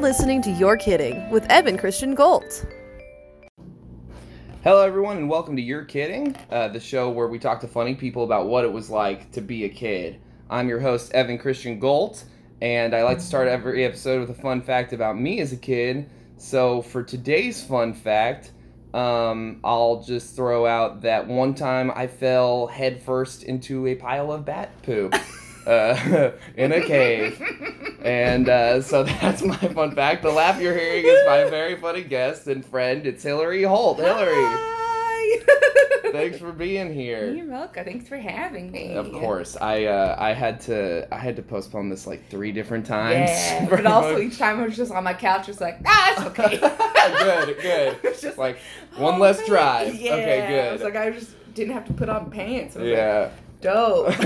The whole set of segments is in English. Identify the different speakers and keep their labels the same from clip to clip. Speaker 1: listening to You're Kidding with Evan Christian Gold.
Speaker 2: Hello, everyone, and welcome to You're Kidding, uh, the show where we talk to funny people about what it was like to be a kid. I'm your host, Evan Christian Golt, and I like to start every episode with a fun fact about me as a kid. So, for today's fun fact, um, I'll just throw out that one time I fell headfirst into a pile of bat poop uh, in a cave. And uh, so that's my fun fact. The laugh you're hearing is my very funny guest and friend. It's Hillary Holt. Hillary,
Speaker 3: Hi.
Speaker 2: thanks for being here.
Speaker 3: You're welcome. Thanks for having me.
Speaker 2: Of course, I uh, I had to I had to postpone this like three different times.
Speaker 3: Yeah.
Speaker 2: Pretty
Speaker 3: But also
Speaker 2: much.
Speaker 3: each time I was just on my couch, just like, ah, it's okay.
Speaker 2: good, good.
Speaker 3: It's just
Speaker 2: like one
Speaker 3: one
Speaker 2: less drive.
Speaker 3: Yeah.
Speaker 2: Okay,
Speaker 3: I
Speaker 2: good.
Speaker 3: was like, I just didn't have to put on pants. I was like,
Speaker 2: yeah.
Speaker 3: dope.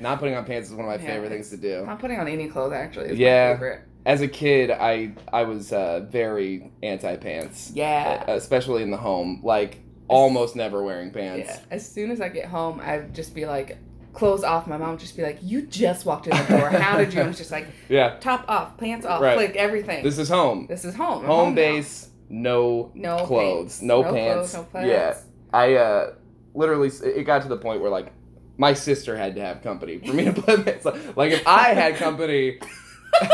Speaker 2: Not putting on pants is one of my
Speaker 3: Yeah,
Speaker 2: favorite things to do.
Speaker 3: Not putting on any clothes actually. Is
Speaker 2: Yeah.
Speaker 3: My favorite.
Speaker 2: As a kid, I I was uh, very anti pants,
Speaker 3: Yeah.
Speaker 2: e, especially in the home. Like almost never wearing pants.
Speaker 3: Yeah. As soon as I get home, I'd just be like, clothes off. My mom would just be like, you just walked in the door. How did you? I was just like,
Speaker 2: Yeah.
Speaker 3: top off, pants off,
Speaker 2: Right.
Speaker 3: like everything.
Speaker 2: This is home.
Speaker 3: This is home. I'm
Speaker 2: home
Speaker 3: now.
Speaker 2: base. No
Speaker 3: No
Speaker 2: clothes.
Speaker 3: pants.
Speaker 2: No,
Speaker 3: clothes,
Speaker 2: pants.
Speaker 3: no pants.
Speaker 2: Yeah. I uh, literally, it got to the point where like my sister had to have company for me to put pants. on. Like if I had company,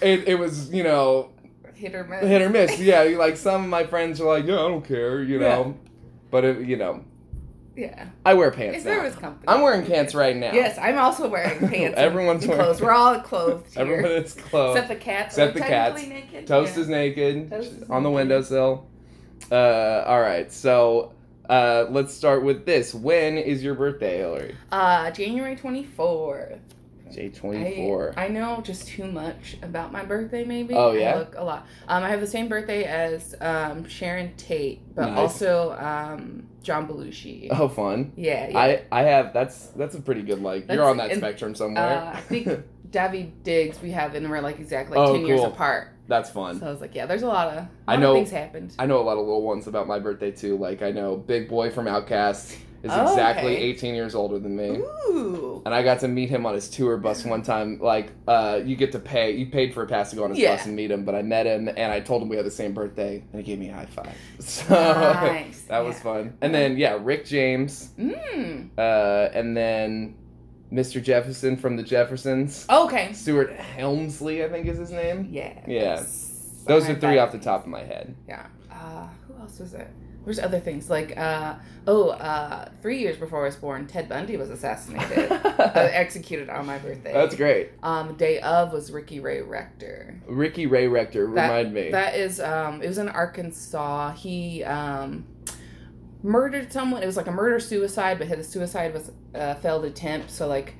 Speaker 2: it, it was you know
Speaker 3: Hit or miss.
Speaker 2: hit or miss. Yeah, you- like some of my friends are like, yeah, I don't care, you know. But it, you know,
Speaker 3: Yeah.
Speaker 2: I wear pants
Speaker 3: If
Speaker 2: now.
Speaker 3: there was company.
Speaker 2: I'm wearing pants right now.
Speaker 3: Yes, I'm also wearing pants.
Speaker 2: Everyone's
Speaker 3: and
Speaker 2: wearing-
Speaker 3: clothes. We're all clothed here.
Speaker 2: Everyone is clothed.
Speaker 3: except the cats.
Speaker 2: Except
Speaker 3: Are
Speaker 2: the
Speaker 3: technically
Speaker 2: cats.
Speaker 3: Naked.
Speaker 2: Toast
Speaker 3: Yeah.
Speaker 2: is naked
Speaker 3: Toast is
Speaker 2: on the
Speaker 3: naked.
Speaker 2: windowsill. Uh, all right, so uh, let's start with this. When is your birthday, Hillary?
Speaker 3: Uh, January 24th.
Speaker 2: J
Speaker 3: I-
Speaker 2: twenty four.
Speaker 3: I, know just too much about my birthday, maybe.
Speaker 2: Oh,
Speaker 3: I
Speaker 2: yeah?
Speaker 3: look a lot. Um, I have the same birthday as um, Sharon Tate, but
Speaker 2: Nice.
Speaker 3: also um, John Belushi.
Speaker 2: Oh, fun.
Speaker 3: Yeah, yeah.
Speaker 2: I I have that's that's a pretty good like you're
Speaker 3: That's-
Speaker 2: on that
Speaker 3: and,
Speaker 2: spectrum
Speaker 3: uh,
Speaker 2: somewhere.
Speaker 3: I think David Diggs we have, and we're like exactly like
Speaker 2: Oh,
Speaker 3: 10 years
Speaker 2: cool.
Speaker 3: apart.
Speaker 2: that's
Speaker 3: So
Speaker 2: fun.
Speaker 3: I was like, yeah, there's a lot of, lot
Speaker 2: I know-
Speaker 3: of things happened.
Speaker 2: I know a lot of little ones about my birthday too. Like I know Big Boy from Outcast is
Speaker 3: Oh,
Speaker 2: exactly
Speaker 3: okay.
Speaker 2: 18 years older than me.
Speaker 3: Ooh.
Speaker 2: And I got to meet him on his tour bus one time. Like, uh, you get to pay. You paid for a pass to go on his
Speaker 3: Yeah.
Speaker 2: bus and meet him. But I met him, and I told him we had the same birthday, and he gave me a high five. So
Speaker 3: Nice,
Speaker 2: that was
Speaker 3: yeah.
Speaker 2: fun. And then yeah, Rick James,
Speaker 3: Mm.
Speaker 2: uh, and then Mr. Jefferson from the Jeffersons.
Speaker 3: Okay.
Speaker 2: Stuart Helmsley, I think is his name.
Speaker 3: Yeah.
Speaker 2: Yeah.
Speaker 3: that's-
Speaker 2: Those
Speaker 3: I
Speaker 2: are
Speaker 3: have
Speaker 2: three
Speaker 3: that.
Speaker 2: off the top of my head.
Speaker 3: Yeah. Uh, who else was it? There's other things like, uh, oh, uh, three years before I was born, Ted Bundy was assassinated, uh, executed on my birthday.
Speaker 2: That's great.
Speaker 3: Um, day of was Ricky Ray Rector.
Speaker 2: Ricky Ray Rector,
Speaker 3: That-
Speaker 2: remind me.
Speaker 3: That is, um, it was in Arkansas. He um, murdered someone. It was like a murder suicide, but his suicide was a failed attempt. So like,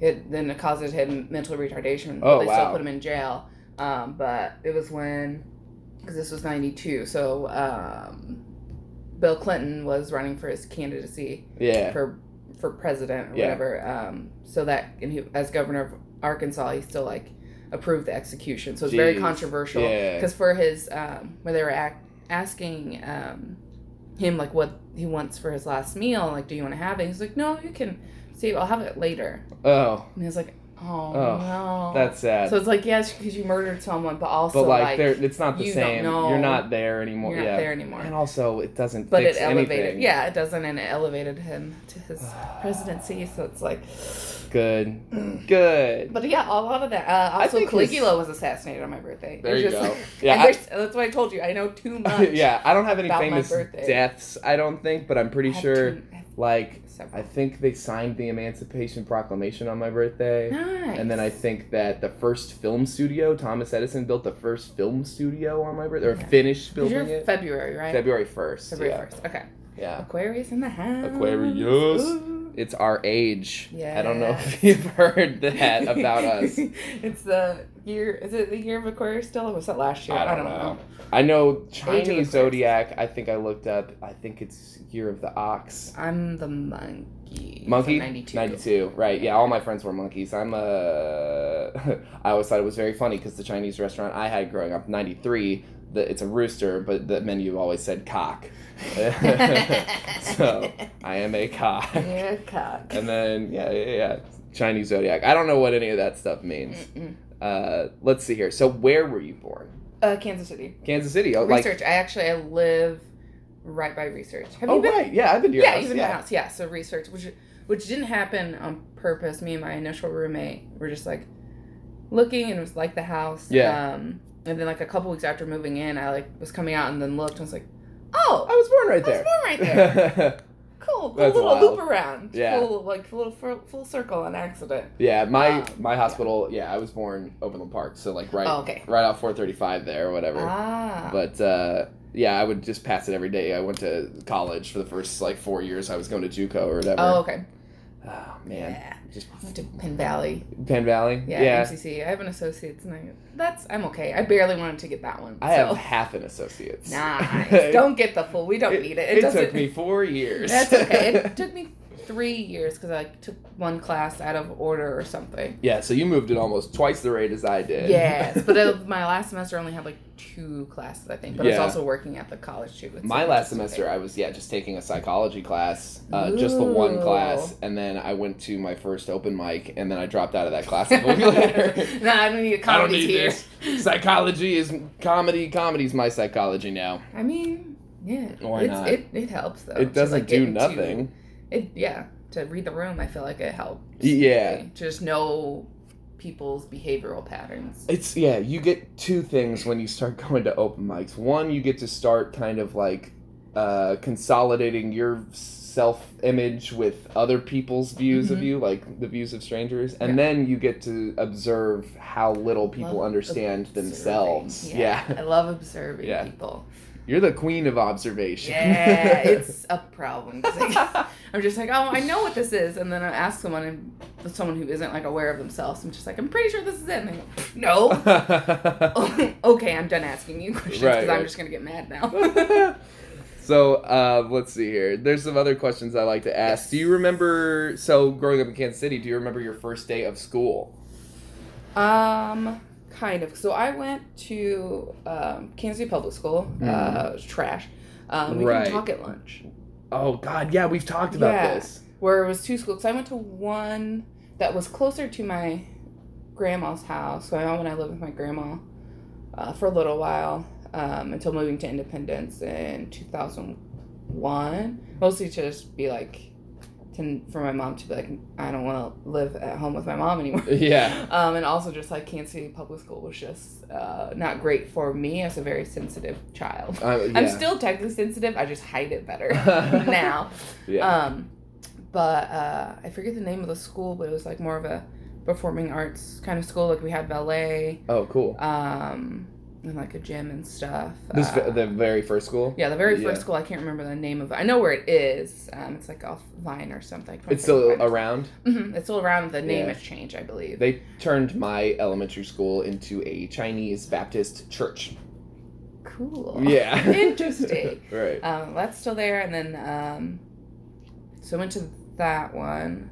Speaker 3: it then it caused him mental retardation.
Speaker 2: Oh,
Speaker 3: they
Speaker 2: wow.
Speaker 3: still put him in jail. Um, but it was when, because this was '92, so um, Bill Clinton was running for his candidacy
Speaker 2: yeah.
Speaker 3: for for president or
Speaker 2: Yeah.
Speaker 3: whatever. Um, so that and he as governor of Arkansas, he still like approved the execution. So it's very
Speaker 2: Jeez.
Speaker 3: controversial
Speaker 2: Yeah.
Speaker 3: because for his um, when they were ac asking um, him like what he wants for his last meal, like do you want to have it? He's like, no, you can save. it. I'll have it later.
Speaker 2: Oh,
Speaker 3: And he's like, oh,
Speaker 2: Oh,
Speaker 3: no,
Speaker 2: that's sad.
Speaker 3: so it's like yes, because you murdered someone, but also
Speaker 2: but like,
Speaker 3: like,
Speaker 2: there, it's not the
Speaker 3: you don't
Speaker 2: same.
Speaker 3: know.
Speaker 2: You're not there anymore.
Speaker 3: you're not
Speaker 2: yeah.
Speaker 3: there anymore.
Speaker 2: And also, it doesn't.
Speaker 3: but
Speaker 2: fix
Speaker 3: it elevated,
Speaker 2: anything.
Speaker 3: yeah, it doesn't, and it elevated him to his presidency. So it's like,
Speaker 2: Good. Good.
Speaker 3: But yeah, a lot of that. Uh,
Speaker 2: I
Speaker 3: also,
Speaker 2: think his-
Speaker 3: Caligula was assassinated on my birthday.
Speaker 2: There
Speaker 3: It's
Speaker 2: you
Speaker 3: just-
Speaker 2: go.
Speaker 3: and
Speaker 2: Yeah.
Speaker 3: there's- that's what I told you. I know too
Speaker 2: I,
Speaker 3: much.
Speaker 2: yeah. I don't have any
Speaker 3: about my
Speaker 2: famous
Speaker 3: birthday.
Speaker 2: deaths. I don't think, but I'm
Speaker 3: I
Speaker 2: pretty
Speaker 3: have
Speaker 2: sure.
Speaker 3: too- I have
Speaker 2: Like, I
Speaker 3: several.
Speaker 2: think they signed the Emancipation Proclamation on my birthday.
Speaker 3: nice.
Speaker 2: And then I think that the first film studio, Thomas Edison built the first film studio on my birthday, or
Speaker 3: Yeah.
Speaker 2: finished
Speaker 3: 'Cause
Speaker 2: building
Speaker 3: you're
Speaker 2: it.
Speaker 3: February, right?
Speaker 2: February 1st.
Speaker 3: February
Speaker 2: yeah.
Speaker 3: first. Okay.
Speaker 2: Yeah.
Speaker 3: Aquarius in the house.
Speaker 2: Aquarius.
Speaker 3: Ooh.
Speaker 2: It's our age. I don't know
Speaker 3: Yes.
Speaker 2: if you've heard that about us.
Speaker 3: it's the year. Is it the year of Aquarius still? Or was it last year?
Speaker 2: I don't know. I know
Speaker 3: Age of
Speaker 2: Chinese
Speaker 3: Aquarius.
Speaker 2: zodiac, I think I looked up, I think it's year of the ox.
Speaker 3: I'm the monkey.
Speaker 2: Monkey?
Speaker 3: Ninety two.
Speaker 2: 92, right. Yeah, all my friends were monkeys. I'm a. I always thought it was very funny because the Chinese restaurant I had growing up, 93, the, it's a rooster, but the menu always said cock. so, I am a cock.
Speaker 3: Yeah, cock.
Speaker 2: And then, yeah, yeah, yeah. Chinese zodiac. I don't know what any of that stuff means.
Speaker 3: Mm-mm.
Speaker 2: Uh, let's see here. So where were you born?
Speaker 3: Uh, Kansas City.
Speaker 2: Kansas City. Oh, like
Speaker 3: Research. I actually I live right by Research. Have
Speaker 2: oh
Speaker 3: you been?
Speaker 2: right, yeah, I've been to your
Speaker 3: yeah,
Speaker 2: house.
Speaker 3: you've been to my house. Yeah, so Research, which which didn't happen on purpose. Me and my initial roommate were just like looking, and it was like the house.
Speaker 2: Yeah.
Speaker 3: Um, and then like a couple weeks after moving in, I like was coming out and then looked and was like, oh,
Speaker 2: I was born right
Speaker 3: I was
Speaker 2: there.
Speaker 3: born right there. Cool, cool
Speaker 2: That's
Speaker 3: little
Speaker 2: wild.
Speaker 3: loop around.
Speaker 2: Yeah.
Speaker 3: Full, like full, full, full circle on accident.
Speaker 2: yeah, my
Speaker 3: Um,
Speaker 2: my hospital. Yeah. I was born Overland Park, so like right
Speaker 3: Oh, okay.
Speaker 2: right off 435 there or whatever.
Speaker 3: Ah.
Speaker 2: But uh, yeah, I would just pass it every day. I went to college for the first like four years. I was going to JUCO or whatever.
Speaker 3: oh, okay.
Speaker 2: Oh, man,
Speaker 3: Yeah.
Speaker 2: just
Speaker 3: I went to Penn Valley.
Speaker 2: Penn Valley.
Speaker 3: Yeah, MCC. I have an associate's and I, that's I'm okay. I barely wanted to get that one.
Speaker 2: I have
Speaker 3: so.
Speaker 2: half an associate's.
Speaker 3: Nice. Don't get the full. We don't
Speaker 2: It,
Speaker 3: need it.
Speaker 2: it
Speaker 3: doesn't.
Speaker 2: took me four years.
Speaker 3: That's okay. It took me three years because I like, took one class out of order or something.
Speaker 2: yeah, so you moved at almost twice the rate as I did.
Speaker 3: Yes, but uh my last semester I only had like two classes, I think. But I
Speaker 2: Yeah.
Speaker 3: was also working at the college too. It's
Speaker 2: My
Speaker 3: like,
Speaker 2: last
Speaker 3: just okay.
Speaker 2: semester, I was yeah just taking a psychology class, uh, just the one
Speaker 3: Ooh.
Speaker 2: class, and then I went to my first open mic, and then I dropped out of that class a week later.
Speaker 3: no, I don't need a
Speaker 2: I don't
Speaker 3: comedy
Speaker 2: need
Speaker 3: here.
Speaker 2: this. Psychology is comedy. Comedy's my psychology now.
Speaker 3: I mean, yeah,
Speaker 2: Why
Speaker 3: it's,
Speaker 2: not?
Speaker 3: It, it helps though. to,
Speaker 2: it doesn't
Speaker 3: like, Oh, get
Speaker 2: do
Speaker 3: into-
Speaker 2: nothing.
Speaker 3: it yeah, to read the room, I feel like it helps.
Speaker 2: Yeah.
Speaker 3: To just know people's behavioral patterns.
Speaker 2: It's yeah, you get two things when you start going to open mics. One, you get to start kind of like uh, consolidating your self image with other people's views of
Speaker 3: Mhm.
Speaker 2: you, like the views of strangers, and
Speaker 3: Yeah.
Speaker 2: then you get to observe how little people
Speaker 3: Love
Speaker 2: understand
Speaker 3: observing.
Speaker 2: themselves. Yeah.
Speaker 3: I love observing
Speaker 2: Yeah.
Speaker 3: people.
Speaker 2: You're the queen of observation.
Speaker 3: Yeah, it's a problem. 'cause I- I'm just like, oh, I know what this is, and then I ask someone, and someone who isn't like aware of themselves, I'm just like, I'm pretty sure this is it. And they go, no. okay, I'm done asking you questions
Speaker 2: Right,
Speaker 3: because
Speaker 2: right.
Speaker 3: I'm just gonna get mad now.
Speaker 2: so uh, let's see here. There's some other questions I like to ask. Do you remember? So growing up in Kansas City, do you remember your first day of school?
Speaker 3: Um, kind of. So I went to um, Kansas City Public School. Uh, it's trash. Um, we
Speaker 2: Mm-hmm. Right.
Speaker 3: didn't talk at lunch.
Speaker 2: Oh God, yeah, we've talked about
Speaker 3: Yeah.
Speaker 2: this.
Speaker 3: Where it was two schools. 'Cause I went to one that was closer to my grandma's house. So my mom and I lived with my grandma uh, for a little while um, until moving to Independence in 2001. Mostly to just be like, to, for my mom to be like, I don't want to live at home with my mom anymore.
Speaker 2: Yeah,
Speaker 3: Um, and also just like Kansas City Public School was just uh, not great for me as a very sensitive child.
Speaker 2: Uh,
Speaker 3: I'm
Speaker 2: yeah.
Speaker 3: still technically sensitive, I just hide it better now.
Speaker 2: Yeah.
Speaker 3: Um, but uh, I forget the name of the school, but it was like more of a performing arts kind of school. Like we had ballet
Speaker 2: oh, cool.
Speaker 3: um, and like a gym and stuff.
Speaker 2: This
Speaker 3: Uh,
Speaker 2: the very first school.
Speaker 3: yeah, the very
Speaker 2: Yeah.
Speaker 3: first school, I can't remember the name of it. I know where it is. Um, it's like off Vine or something.
Speaker 2: It's still around.
Speaker 3: Mhm, It's still around. The name
Speaker 2: Yeah.
Speaker 3: has changed, I believe.
Speaker 2: They turned my elementary school into a Chinese Baptist church.
Speaker 3: Cool.
Speaker 2: Yeah.
Speaker 3: Interesting.
Speaker 2: right.
Speaker 3: Um, that's still there, and then um, so I went to that one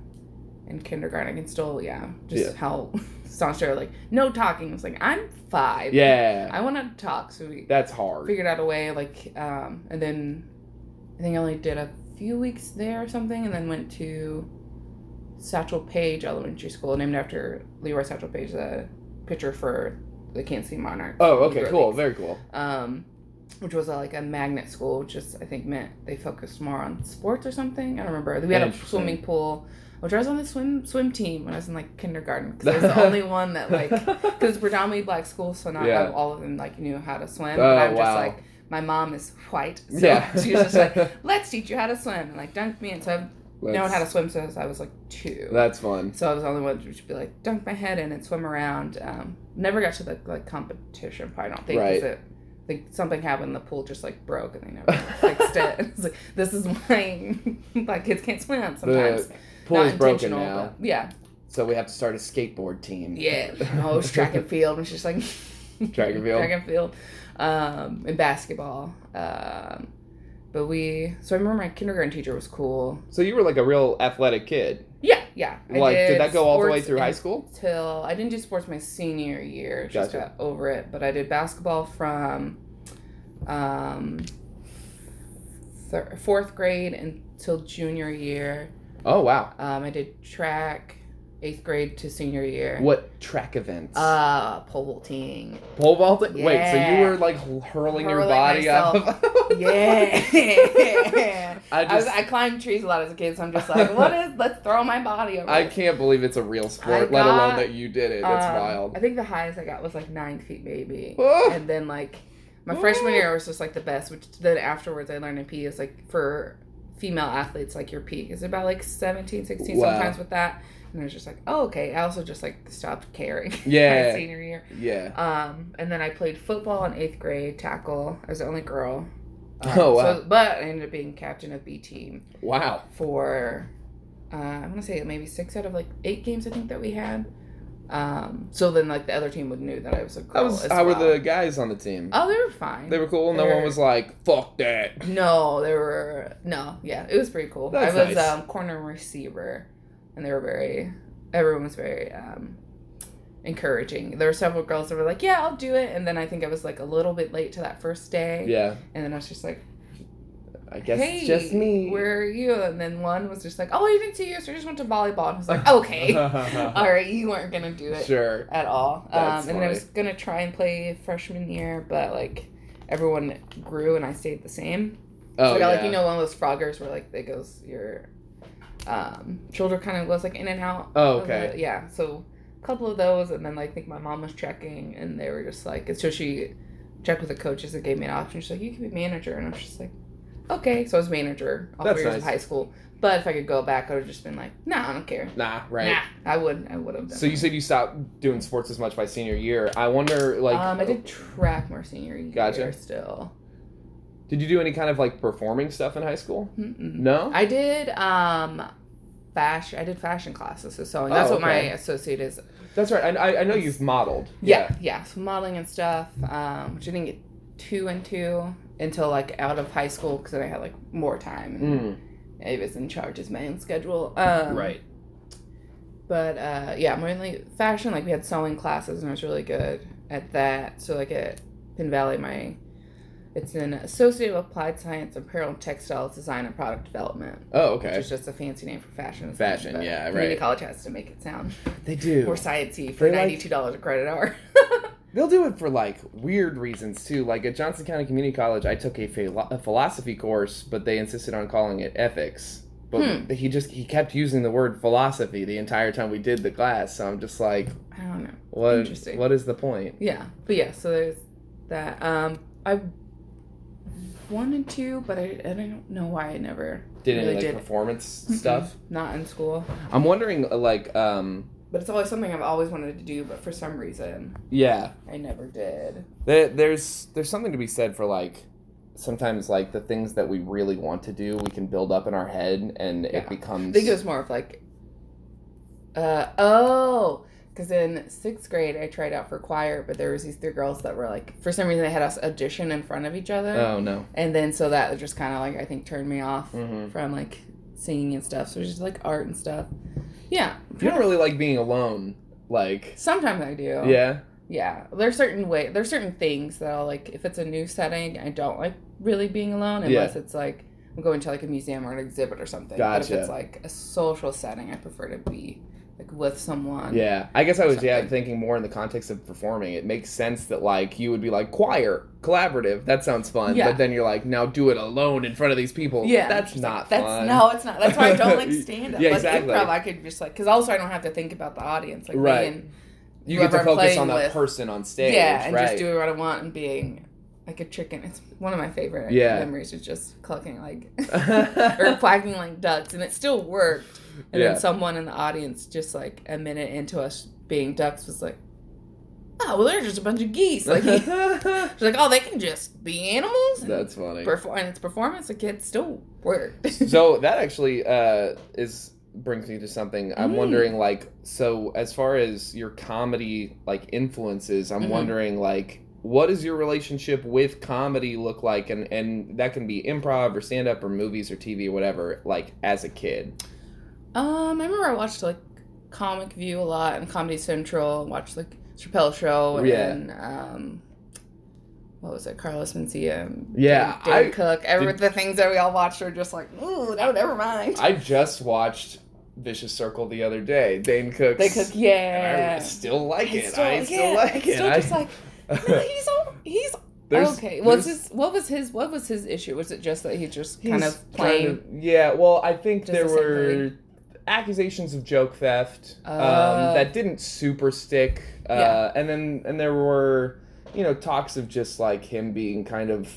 Speaker 3: in kindergarten. I can still, yeah, just how Sancho like no talking. I was like, I'm five.
Speaker 2: yeah.
Speaker 3: I want to talk. So we
Speaker 2: That's hard.
Speaker 3: figured out a way, like, um, and then I think I only did a few weeks there or something, and then went to Satchel Paige Elementary School, named after Leroy Satchel Paige, the pitcher for the Kansas City Monarchs.
Speaker 2: Oh, okay,
Speaker 3: Negro
Speaker 2: cool.
Speaker 3: Leagues
Speaker 2: Very cool.
Speaker 3: um, which was a, like a magnet school, which is I think meant they focused more on sports or something. I don't remember. We had a
Speaker 2: Interesting.
Speaker 3: swimming pool, which I was on the swim swim team when I was in like kindergarten because I was the only one that like because it's predominantly black school, so not
Speaker 2: Yeah.
Speaker 3: all of them like knew how to swim.
Speaker 2: Oh,
Speaker 3: but I'm just
Speaker 2: wow.
Speaker 3: like my mom is white, so
Speaker 2: Yeah.
Speaker 3: she was just like, "Let's teach you how to swim," and like dunked me, and so I've known
Speaker 2: That's-
Speaker 3: how to swim since I was like two.
Speaker 2: That's fun.
Speaker 3: So I was the only one to just be like dunk my head in and swim around. Um, never got to the like competition part. I don't think 'cause
Speaker 2: Right.
Speaker 3: it, like something happened. The pool just like broke and they never fixed it. It's like this is why black kids can't swim sometimes.
Speaker 2: The pool is broken
Speaker 3: intentional,
Speaker 2: now,
Speaker 3: but- yeah,
Speaker 2: so we have to start a skateboard team.
Speaker 3: yeah. Oh, it's track and field. It's just like
Speaker 2: Track and field.
Speaker 3: track and field, um, and basketball. Um, but we. So I remember my kindergarten teacher was cool.
Speaker 2: So you were like a real athletic kid.
Speaker 3: Yeah, yeah. I
Speaker 2: Like, did, that go all the way
Speaker 3: sports
Speaker 2: through high
Speaker 3: and
Speaker 2: school?
Speaker 3: till I didn't do sports my senior year. Just
Speaker 2: Gotcha.
Speaker 3: got over it, but I did basketball from um, thir- fourth grade until junior year.
Speaker 2: Oh wow.
Speaker 3: Um, I did track eighth grade to senior year.
Speaker 2: What track events?
Speaker 3: Uh, pole vaulting.
Speaker 2: Pole vaulting. Wait, so you
Speaker 3: yeah.
Speaker 2: were like hurling, your
Speaker 3: Hurling
Speaker 2: body up?
Speaker 3: Yeah.
Speaker 2: I
Speaker 3: I, was,
Speaker 2: just,
Speaker 3: I climbed trees a lot as a kid, so I'm just like, what is? Let's throw my body over.
Speaker 2: I
Speaker 3: it.
Speaker 2: can't believe it's a real sport, let
Speaker 3: got,
Speaker 2: alone that you did it. That's
Speaker 3: Um,
Speaker 2: wild.
Speaker 3: I think the highest I got was like nine feet, maybe.
Speaker 2: Oh.
Speaker 3: And then like my
Speaker 2: Oh.
Speaker 3: freshman year was just like the best. Which then afterwards I learned in P is like for female athletes, like your peak is about like 17, 16
Speaker 2: Wow.
Speaker 3: sometimes with that. And I was just like, oh okay. I also just like stopped caring.
Speaker 2: Yeah.
Speaker 3: my senior year.
Speaker 2: Yeah.
Speaker 3: Um, and then I played football in eighth grade, tackle. I was the only girl. Um,
Speaker 2: Oh, wow.
Speaker 3: So, but I ended up being captain of B team
Speaker 2: Wow.
Speaker 3: for uh, I'm gonna say maybe six out of like eight games I think that we had. Um, so then like the other team would knew that I was a girl.
Speaker 2: How, was,
Speaker 3: as
Speaker 2: how
Speaker 3: well.
Speaker 2: were the guys on the team?
Speaker 3: Oh, they were fine.
Speaker 2: they were cool. No one
Speaker 3: they're-
Speaker 2: was like, fuck that.
Speaker 3: No, they were no. Yeah, it was pretty cool.
Speaker 2: That's
Speaker 3: I was
Speaker 2: nice.
Speaker 3: um, corner receiver, and they were very. Everyone was very um, encouraging. There were several girls that were like, "Yeah, I'll do it," and then I think I was like a little bit late to that first day.
Speaker 2: Yeah.
Speaker 3: And then I was just like,
Speaker 2: I guess
Speaker 3: "Hey,
Speaker 2: it's just me.
Speaker 3: Where are you?" And then one was just like, "Oh, I didn't see you, so I just went to volleyball." And I was like, "Okay." all right, you weren't gonna do it
Speaker 2: Uh-huh. Sure.
Speaker 3: at all.
Speaker 2: That's
Speaker 3: Um, and I was gonna try and play freshman year, but like everyone grew and I stayed the same.
Speaker 2: Oh,
Speaker 3: so I got
Speaker 2: yeah.
Speaker 3: like you know one of those froggers where like it goes your um, shoulder kind of goes like in and out.
Speaker 2: Oh,
Speaker 3: of
Speaker 2: okay.
Speaker 3: it. yeah, so a couple of those, and then like I think my mom was checking, and they were just like, and so she checked with the coaches and gave me an option. She's like, you can be manager, and I was just like. Okay, so I was manager all
Speaker 2: That's
Speaker 3: three years of
Speaker 2: nice.
Speaker 3: high school. But if I could go back, I would have just been like, nah, I don't care.
Speaker 2: Nah, right.
Speaker 3: Nah, I would. I would have done.
Speaker 2: So you said you stopped doing sports as much by senior year. I wonder, like, uh,
Speaker 3: um, I did track my senior year.
Speaker 2: Gotcha.
Speaker 3: Still.
Speaker 2: did you do any kind of like performing stuff in high school?
Speaker 3: Mm-mm.
Speaker 2: No.
Speaker 3: I did um, fashion. I did fashion classes. So sewing. That's
Speaker 2: Oh,
Speaker 3: what my
Speaker 2: okay.
Speaker 3: associate is.
Speaker 2: That's right. I, I, I know you've modeled.
Speaker 3: Yeah, yeah. So modeling and stuff. Um, which I didn't get too into until like out of high school because then I had like more time.
Speaker 2: Yeah. Mm,
Speaker 3: I was in charge of my own schedule. Um,
Speaker 2: right.
Speaker 3: But uh, yeah, mainly fashion. Like we had sewing classes, and I was really good at that. So like at Penn Valley, my it's an Associate of Applied Science, Apparel and Textiles Design and Product Development,
Speaker 2: Oh,
Speaker 3: which
Speaker 2: okay.
Speaker 3: is just a fancy name for fashion. and
Speaker 2: Fashion,
Speaker 3: stuff, but
Speaker 2: yeah,
Speaker 3: Community
Speaker 2: right.
Speaker 3: college has to make it sound
Speaker 2: They do.
Speaker 3: more sciencey for
Speaker 2: They like-
Speaker 3: ninety two dollars a credit hour.
Speaker 2: They'll do it for like weird reasons too. Like at Johnson County Community College, I took a, philo- a philosophy course, but they insisted on calling it ethics. But
Speaker 3: Hmm.
Speaker 2: he just he kept using the word philosophy the entire time we did the class. So I'm just like,
Speaker 3: I don't know.
Speaker 2: what?
Speaker 3: Interesting.
Speaker 2: What is the point?
Speaker 3: Yeah, but yeah, so there's that. Um, I wanted to, but I, I don't know why I never
Speaker 2: Did any
Speaker 3: really
Speaker 2: like
Speaker 3: did. Mm-hmm.
Speaker 2: performance stuff?
Speaker 3: Not in school.
Speaker 2: I'm wondering, uh, like, um,
Speaker 3: But it's always something I've always wanted to do, but for some reason
Speaker 2: yeah.
Speaker 3: I never did.
Speaker 2: There, there's there's something to be said for like sometimes like the things that we really want to do we can build up in our head and
Speaker 3: Yeah.
Speaker 2: it
Speaker 3: I
Speaker 2: becomes
Speaker 3: think it was more of like, uh, oh, because in sixth grade I tried out for choir, but there was these three girls that were like, for some reason they had us audition in front of each other,
Speaker 2: oh no
Speaker 3: and then so that just kind of like I think turned me off
Speaker 2: Mhm.
Speaker 3: from like singing and stuff. So it's just like art and stuff. Yeah,
Speaker 2: you don't really like being alone like
Speaker 3: sometimes I do.
Speaker 2: yeah
Speaker 3: yeah there's certain way there's certain things that i'll like if it's a new setting i don't like really being alone
Speaker 2: Yeah.
Speaker 3: unless it's like i'm going to like a museum or an exhibit or something but
Speaker 2: Gotcha.
Speaker 3: if it's like a social setting i prefer to be like with someone
Speaker 2: yeah I guess I was yeah
Speaker 3: Something.
Speaker 2: thinking more in the context of performing it makes sense that like you would be like choir collaborative that sounds fun
Speaker 3: Yeah.
Speaker 2: but then you're like now do it alone in front of these people
Speaker 3: yeah
Speaker 2: that's
Speaker 3: Just, like,
Speaker 2: not
Speaker 3: that's
Speaker 2: fun
Speaker 3: no it's not that's why i don't like stand up
Speaker 2: Yeah,
Speaker 3: like
Speaker 2: exactly.
Speaker 3: improv i could just like because also i don't have to think about the audience like
Speaker 2: Right.
Speaker 3: being,
Speaker 2: you get
Speaker 3: whoever
Speaker 2: to
Speaker 3: I'm
Speaker 2: focus
Speaker 3: playing
Speaker 2: on that
Speaker 3: with.
Speaker 2: person on stage
Speaker 3: yeah and
Speaker 2: right
Speaker 3: just doing what i want and being like a chicken it's one of my favorite
Speaker 2: Yeah.
Speaker 3: memories is just clucking like or quacking like ducks, and it still worked. And
Speaker 2: Yeah.
Speaker 3: then someone in the audience, just like a minute into us being ducks, was like, "Oh, well, they're just a bunch of geese." Like he, she's like, "Oh, they can just be animals." And
Speaker 2: that's funny
Speaker 3: perfor- and it's performance. Like it still worked.
Speaker 2: so that actually uh, is brings me to something i'm
Speaker 3: Mm.
Speaker 2: wondering like so as far as your comedy like influences i'm
Speaker 3: Mhm.
Speaker 2: wondering like what does your relationship with comedy look like and and that can be improv or stand up or movies or tv or whatever like as a kid
Speaker 3: um, I remember I watched like Comic View a lot and Comedy Central, and watched like Chappelle Show and
Speaker 2: Oh, Yeah.
Speaker 3: um. What was it, Carlos Mencia? and
Speaker 2: Yeah,
Speaker 3: Dan
Speaker 2: I-
Speaker 3: Cook. Every, the things that we all watched are just like, ooh, no, never mind.
Speaker 2: i just watched Vicious Circle the other day. Dane cooks.
Speaker 3: They cook,
Speaker 2: And I
Speaker 3: yeah.
Speaker 2: still like
Speaker 3: I
Speaker 2: it. I still
Speaker 3: yeah,
Speaker 2: like
Speaker 3: it's
Speaker 2: it.
Speaker 3: Still
Speaker 2: I-
Speaker 3: just like no, he's all, he's
Speaker 2: There's-
Speaker 3: okay. What's
Speaker 2: there's-
Speaker 3: his what was his what was his issue? Was it just that he just kind
Speaker 2: he's
Speaker 3: of playing?
Speaker 2: trying to- yeah. Well, I think
Speaker 3: Does
Speaker 2: there
Speaker 3: the same
Speaker 2: were accusations of joke theft um,
Speaker 3: Oh.
Speaker 2: that didn't super stick, uh,
Speaker 3: Yeah.
Speaker 2: and then and there were you know talks of just like him being kind of.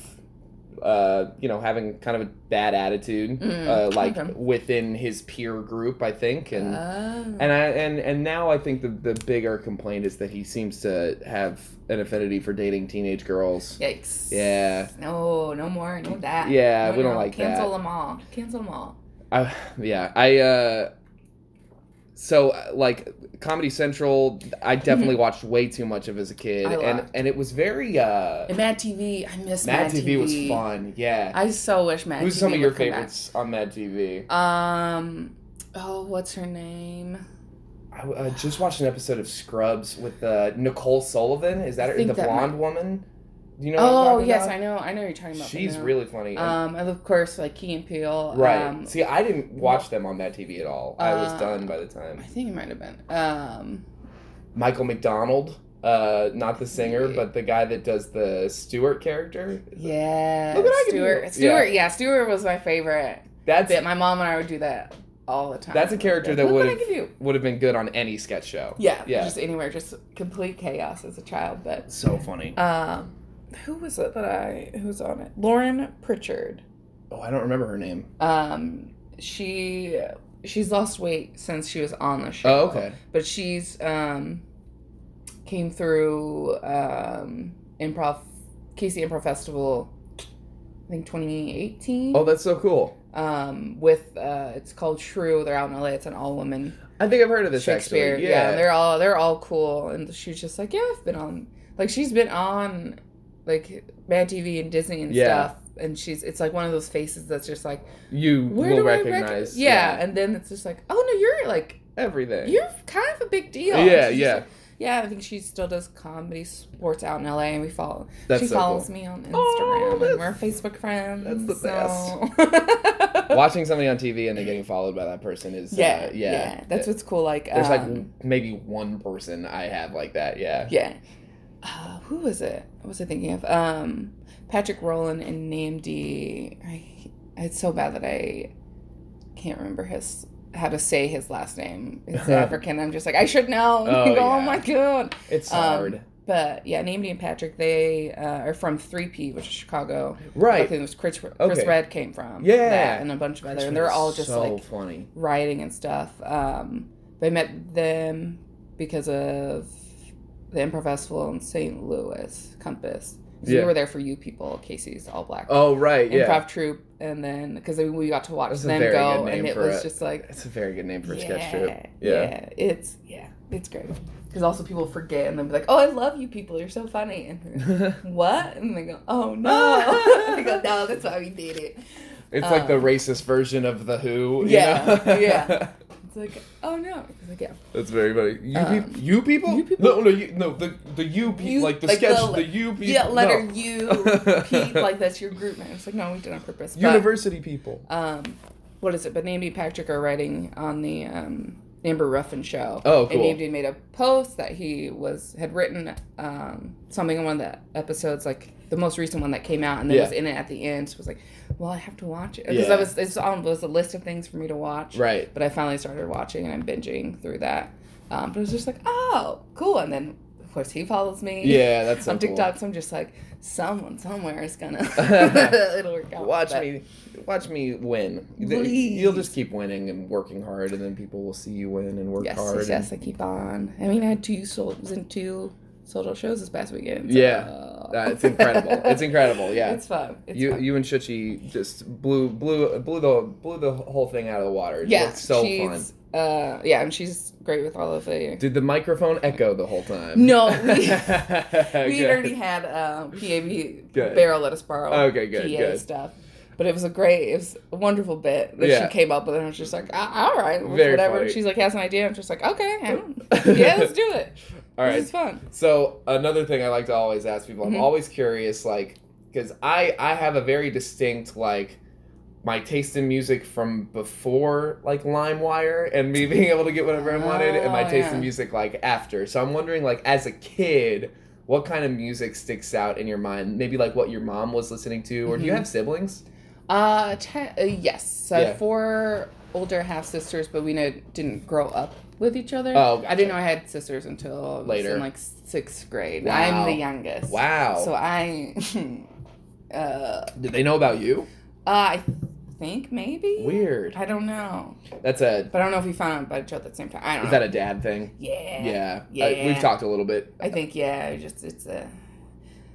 Speaker 2: Uh, you know, having kind of a bad attitude,
Speaker 3: Mm,
Speaker 2: uh, like
Speaker 3: okay.
Speaker 2: within his peer group, I think, and
Speaker 3: Oh.
Speaker 2: and I and and now I think the the bigger complaint is that he seems to have an affinity for dating teenage girls.
Speaker 3: Yikes!
Speaker 2: Yeah.
Speaker 3: No, no more, no that.
Speaker 2: Yeah,
Speaker 3: No,
Speaker 2: we don't
Speaker 3: no.
Speaker 2: like that.
Speaker 3: Cancel them all. Cancel them all.
Speaker 2: I, yeah, I uh so uh, like Comedy Central, I definitely watched way too much of as a kid,
Speaker 3: I
Speaker 2: and
Speaker 3: loved.
Speaker 2: and it was very uh
Speaker 3: And Mad TV, I miss
Speaker 2: Mad
Speaker 3: Mad,
Speaker 2: TV, was fun. Yeah,
Speaker 3: I so wish Mad
Speaker 2: who's
Speaker 3: TV
Speaker 2: some of your
Speaker 3: would come back.
Speaker 2: favorites on Mad TV?
Speaker 3: Um, oh, what's her name?
Speaker 2: I uh, just watched an episode of Scrubs with uh, Nicole Sullivan. Is that
Speaker 3: I
Speaker 2: her-
Speaker 3: think
Speaker 2: the
Speaker 3: that
Speaker 2: blonde woman? Do you know? what I'm
Speaker 3: Oh
Speaker 2: talking
Speaker 3: yes,
Speaker 2: about?
Speaker 3: I know, I know who you're talking about.
Speaker 2: She's
Speaker 3: now.
Speaker 2: really funny. and-
Speaker 3: Um, and of course, like Key and Peele.
Speaker 2: Right.
Speaker 3: Um,
Speaker 2: See, I didn't watch them on Mad TV at all. I was
Speaker 3: Uh,
Speaker 2: done by the
Speaker 3: I
Speaker 2: time.
Speaker 3: think it might have been. Um,
Speaker 2: Michael McDonald, uh, not the singer, but the guy that does the Stewart character. Is it-
Speaker 3: yeah,
Speaker 2: Look what I can do.
Speaker 3: Stuart.
Speaker 2: Yeah.
Speaker 3: Stuart, yeah. Stuart was my favorite.
Speaker 2: That's
Speaker 3: That's it. My mom and I would do that all the time.
Speaker 2: that's a character that
Speaker 3: Look what
Speaker 2: would
Speaker 3: I
Speaker 2: have
Speaker 3: can do.
Speaker 2: would have been good on any sketch show.
Speaker 3: Yeah,
Speaker 2: Yeah.
Speaker 3: just anywhere, just complete chaos as a child. But
Speaker 2: So funny.
Speaker 3: um, who was it that I who was on it? Lauren Pritchard.
Speaker 2: oh, I don't remember her name.
Speaker 3: Um, she she's lost weight since she was on the show.
Speaker 2: Oh, okay.
Speaker 3: but she's um came through um improv Casey Improv Festival I think 2018
Speaker 2: Oh, that's so cool.
Speaker 3: um with uh it's called True they're out in LA it's an all woman
Speaker 2: I think I've heard of this
Speaker 3: Shakespeare
Speaker 2: actually.
Speaker 3: yeah. and they're all they're all cool and she's just like yeah I've been on like she's been on like Mad TV and Disney and
Speaker 2: Yeah.
Speaker 3: stuff and she's it's like one of those faces that's just like
Speaker 2: you
Speaker 3: where
Speaker 2: will
Speaker 3: do I
Speaker 2: recognize.
Speaker 3: recognize yeah. and then it's just like oh no you're like
Speaker 2: Everything.
Speaker 3: you're kind of a big deal And
Speaker 2: yeah,
Speaker 3: she's
Speaker 2: yeah.
Speaker 3: just Yeah, I think she still does comedy sports out in LA, and we follow.
Speaker 2: That's
Speaker 3: she
Speaker 2: so
Speaker 3: follows
Speaker 2: cool.
Speaker 3: me on Instagram,
Speaker 2: Oh,
Speaker 3: and we're
Speaker 2: that's-
Speaker 3: Facebook friends.
Speaker 2: that's the
Speaker 3: so-
Speaker 2: Watching somebody on TV and then getting followed by that person is uh,
Speaker 3: yeah, yeah,
Speaker 2: yeah,
Speaker 3: That's what's cool. Like,
Speaker 2: There's
Speaker 3: um,
Speaker 2: like maybe one person I have like that, yeah.
Speaker 3: yeah. Uh, who was it? What was I thinking of? Um, Patrick Rowland and Namdi. I, it's so bad that I can't remember his how to say his last name. It's African. I'm just like I should know.
Speaker 2: Oh,
Speaker 3: Oh,
Speaker 2: yeah.
Speaker 3: my god.
Speaker 2: It's
Speaker 3: Um,
Speaker 2: hard.
Speaker 3: But yeah, Namdi and Patrick, they uh, are from 3P, which is Chicago. I
Speaker 2: Right.
Speaker 3: think it was Chris, Chris
Speaker 2: Okay.
Speaker 3: Red came from.
Speaker 2: Yeah.
Speaker 3: that and a bunch of other, and they're all just
Speaker 2: so
Speaker 3: like
Speaker 2: funny.
Speaker 3: writing and stuff. Um, but I met them because of the Improv Festival in St. Louis, Compass. 'Cause
Speaker 2: Yeah.
Speaker 3: We were there for you people, Casey's All Black
Speaker 2: Oh right, yeah.
Speaker 3: Improv Troupe, and then because we got to watch
Speaker 2: That's a
Speaker 3: them
Speaker 2: very
Speaker 3: go,
Speaker 2: good name
Speaker 3: and it
Speaker 2: for
Speaker 3: was
Speaker 2: it.
Speaker 3: just like
Speaker 2: That's a very good name for a
Speaker 3: yeah,
Speaker 2: sketch troupe.
Speaker 3: Yeah.
Speaker 2: Yeah.
Speaker 3: it's yeah, it's great. Because also people forget and they'll be like, "Oh, I love you people. You're so funny." And we're like, what? And they go, "Oh no!" they go, "No, that's why we did it."
Speaker 2: It's like the racist version of the Who. you
Speaker 3: Um, Yeah,
Speaker 2: know?
Speaker 3: yeah. It's like, "Oh no!" It's like, yeah,
Speaker 2: That's very funny. You, peop
Speaker 3: Um,
Speaker 2: you people?
Speaker 3: you people?
Speaker 2: No, no, you, no. The the you people
Speaker 3: You-
Speaker 2: like the
Speaker 3: like
Speaker 2: sketch.
Speaker 3: the-
Speaker 2: The, you people.
Speaker 3: yeah. Letter
Speaker 2: no.
Speaker 3: U, Pete, like that's your group name. It's like, no, we did it on purpose. But,
Speaker 2: University people.
Speaker 3: um, what is it? But Namby and Patrick are writing on the um, Amber Ruffin show.
Speaker 2: Oh, cool.
Speaker 3: And Namby made a post that he was had written um, something in one of the episodes, like the most recent one that came out, and then
Speaker 2: Yeah.
Speaker 3: was in it at the end. So I was like, well, I have to watch it because
Speaker 2: Yeah.
Speaker 3: I was it's on was a list of things for me to watch.
Speaker 2: Right.
Speaker 3: But I finally started watching and I'm binging through that. Um, but it was just like, oh, cool. And then of course he follows me.
Speaker 2: Yeah, that's so
Speaker 3: on
Speaker 2: cool.
Speaker 3: TikTok, so I'm just like, someone somewhere is gonna it'll work out.
Speaker 2: Watch
Speaker 3: But-
Speaker 2: me, watch me win.
Speaker 3: Please.
Speaker 2: You'll just keep winning and working hard, and then people will see you win and work
Speaker 3: Yes,
Speaker 2: hard.
Speaker 3: yes,
Speaker 2: and-
Speaker 3: yes, I keep on. I mean, I had two sold, was in two solo shows this past weekend.
Speaker 2: Yeah, uh, it's incredible. it's incredible. Yeah,
Speaker 3: It's fun. It's
Speaker 2: you
Speaker 3: fun.
Speaker 2: you and Shichi just blew blew blew the blew the whole thing out of the water. It
Speaker 3: yeah,
Speaker 2: looked so fun.
Speaker 3: she's, Uh, yeah, and she's great with all of the.
Speaker 2: Did the microphone echo the whole time?
Speaker 3: No, we, we
Speaker 2: Good.
Speaker 3: had already had um, PAB
Speaker 2: Good.
Speaker 3: Barrel Let Us Borrow
Speaker 2: Okay, good,
Speaker 3: PA
Speaker 2: good.
Speaker 3: stuff. But it was a great, it was a wonderful bit that
Speaker 2: Yeah.
Speaker 3: she came up with, and I was just like, "Ah, all right,
Speaker 2: Very
Speaker 3: whatever.
Speaker 2: funny.
Speaker 3: She's like, has an idea. I'm just like, okay, I don't- yeah, let's do it.
Speaker 2: All
Speaker 3: This
Speaker 2: right.
Speaker 3: is fun.
Speaker 2: So another thing I like to always ask people, I'm
Speaker 3: Mhm.
Speaker 2: always curious, like, because I I have a very distinct like my taste in music from before like LimeWire and me being able to get whatever I wanted, and my
Speaker 3: Oh,
Speaker 2: taste in
Speaker 3: yeah.
Speaker 2: music like after. So I'm wondering, like as a kid, what kind of music sticks out in your mind? Maybe like what your mom was listening to, or do you
Speaker 3: Mhm.
Speaker 2: have siblings?
Speaker 3: Uh, te- uh yes. So
Speaker 2: Yeah.
Speaker 3: four older half sisters, but we no- didn't grow up with each other.
Speaker 2: Oh, gotcha.
Speaker 3: I didn't know I had sisters until I was
Speaker 2: Later.
Speaker 3: in like sixth grade.
Speaker 2: Wow.
Speaker 3: I'm the youngest.
Speaker 2: Wow.
Speaker 3: So I, uh, uh,
Speaker 2: Did they know about you?
Speaker 3: I think maybe.
Speaker 2: Weird.
Speaker 3: I don't know,
Speaker 2: That's a.
Speaker 3: but I don't know if we found out about each other at the same time. I don't
Speaker 2: Is
Speaker 3: know.
Speaker 2: that a dad thing?
Speaker 3: yeah.
Speaker 2: Yeah.
Speaker 3: Yeah.
Speaker 2: I- we've talked a little bit.
Speaker 3: I think yeah. it Just it's a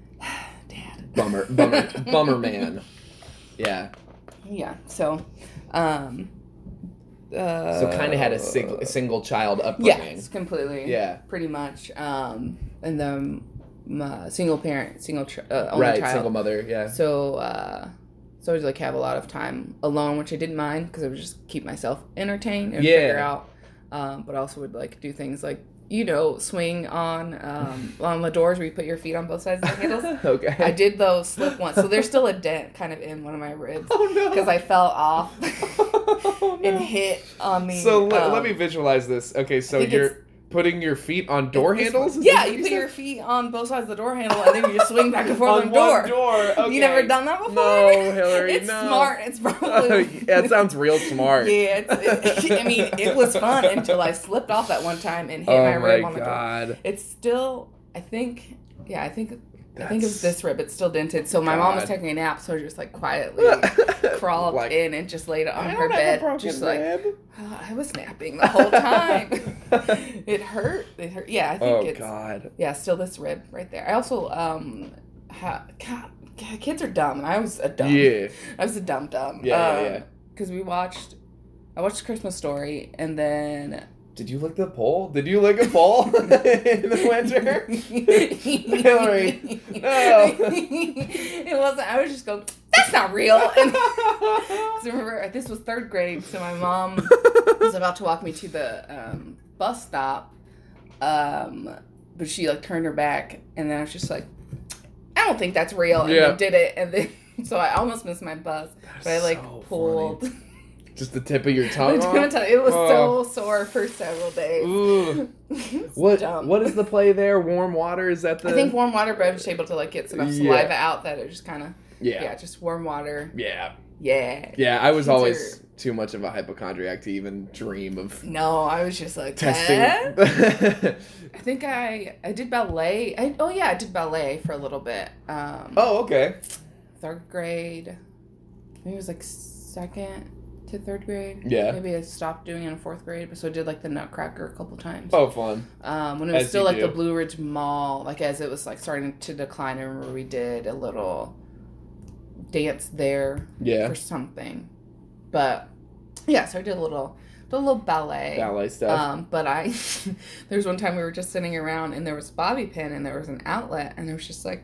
Speaker 3: dad.
Speaker 2: Bummer. Bummer. bummer man. Yeah.
Speaker 3: Yeah. So, um, uh,
Speaker 2: So kind of had a sing- single child upbringing.
Speaker 3: Yes, completely.
Speaker 2: Yeah.
Speaker 3: pretty much. Um, and then my single parent, single tr- uh, only
Speaker 2: Right.
Speaker 3: child.
Speaker 2: Single mother. Yeah.
Speaker 3: So, uh, so I would like have a lot of time alone, which I didn't mind because I would just keep myself entertained and
Speaker 2: Yeah.
Speaker 3: figure out. Um, but also would like do things like you know swing on um, on the doors where you put your feet on both sides of the handles.
Speaker 2: okay.
Speaker 3: I did though slip once, so there's still a dent kind of in one of my ribs
Speaker 2: Oh no.
Speaker 3: because I fell off
Speaker 2: Oh, no.
Speaker 3: and hit on the.
Speaker 2: So le- let
Speaker 3: um,
Speaker 2: me visualize this. Okay, so
Speaker 3: think
Speaker 2: you're
Speaker 3: it's-
Speaker 2: putting your feet on door
Speaker 3: This-
Speaker 2: handles. Is
Speaker 3: Yeah,
Speaker 2: that what
Speaker 3: you put
Speaker 2: said?
Speaker 3: your feet on both sides of the door handle and then you just swing back and forth on,
Speaker 2: on
Speaker 3: the door.
Speaker 2: One door. Okay.
Speaker 3: You never done that before?
Speaker 2: No, Hillary,
Speaker 3: It's
Speaker 2: no.
Speaker 3: smart. It's
Speaker 2: Oh,
Speaker 3: probably.
Speaker 2: yeah, it sounds real smart.
Speaker 3: Yeah, it's, it, I mean, it was fun until I slipped off at one time and hit
Speaker 2: oh
Speaker 3: my rib
Speaker 2: my
Speaker 3: on the door.
Speaker 2: god.
Speaker 3: It's still, I think, yeah, I think, I think it was
Speaker 2: That's-
Speaker 3: this rib. It's still dented. So my mom was
Speaker 2: God.
Speaker 3: taking a nap, so I just like quietly crawled
Speaker 2: Like,
Speaker 3: in and just laid on
Speaker 2: I
Speaker 3: her
Speaker 2: don't have a
Speaker 3: bed,
Speaker 2: broken
Speaker 3: just like
Speaker 2: rib.
Speaker 3: "Oh, I was napping the whole time. it hurt. It hurt. Yeah, I think
Speaker 2: oh
Speaker 3: it's.
Speaker 2: god.
Speaker 3: Yeah, still this rib right there. I also um, ha- God, God, kids are dumb, and I was a dumb.
Speaker 2: Yeah.
Speaker 3: I was a dumb dumb.
Speaker 2: Yeah, yeah, yeah.
Speaker 3: Because we watched, I watched Christmas Story, and then
Speaker 2: Did you lick the pole? Did you lick a pole in the winter? Hillary, Oh. no.
Speaker 3: it wasn't. I was just going. That's not real. And, 'cause remember, this was third grade, so my mom was about to walk me to the um, bus stop, um, but she like turned her back, and then I was just like, I don't think that's real, and
Speaker 2: Yeah.
Speaker 3: then did it, and then so I almost missed my bus, but I
Speaker 2: That's
Speaker 3: like
Speaker 2: so
Speaker 3: pulled.
Speaker 2: Just the tip of your
Speaker 3: I
Speaker 2: tongue.
Speaker 3: don't
Speaker 2: off?
Speaker 3: tell- it was
Speaker 2: Oh.
Speaker 3: so sore for several days.
Speaker 2: Ooh.
Speaker 3: It's
Speaker 2: What
Speaker 3: dumb.
Speaker 2: what is the play there? Warm water is that the
Speaker 3: I think warm water, but I was just able to like get some enough
Speaker 2: Yeah.
Speaker 3: saliva out that it just kind of yeah.
Speaker 2: yeah.
Speaker 3: just warm water.
Speaker 2: yeah
Speaker 3: Yeah.
Speaker 2: yeah I was
Speaker 3: Kids
Speaker 2: always too much of a hypochondriac to even dream of
Speaker 3: No, I was just like
Speaker 2: testing.
Speaker 3: "Huh?" I think I I did ballet. I, oh yeah, I did ballet for a little bit. Um,
Speaker 2: oh okay.
Speaker 3: third grade. Maybe it was like second to third grade.
Speaker 2: Yeah.
Speaker 3: Maybe I stopped doing it in fourth grade, but so I did like the Nutcracker a couple times.
Speaker 2: Oh fun.
Speaker 3: Um, when it was
Speaker 2: As
Speaker 3: still
Speaker 2: you
Speaker 3: like the
Speaker 2: do.
Speaker 3: Blue Ridge Mall, like as it was like starting to decline, I remember we did a little dance there
Speaker 2: Yeah.
Speaker 3: for something. But yeah, so I did a little, did a little ballet.
Speaker 2: Ballet stuff.
Speaker 3: Um, but I, there's one time we were just sitting around and there was bobby pin and there was an outlet and I was just like,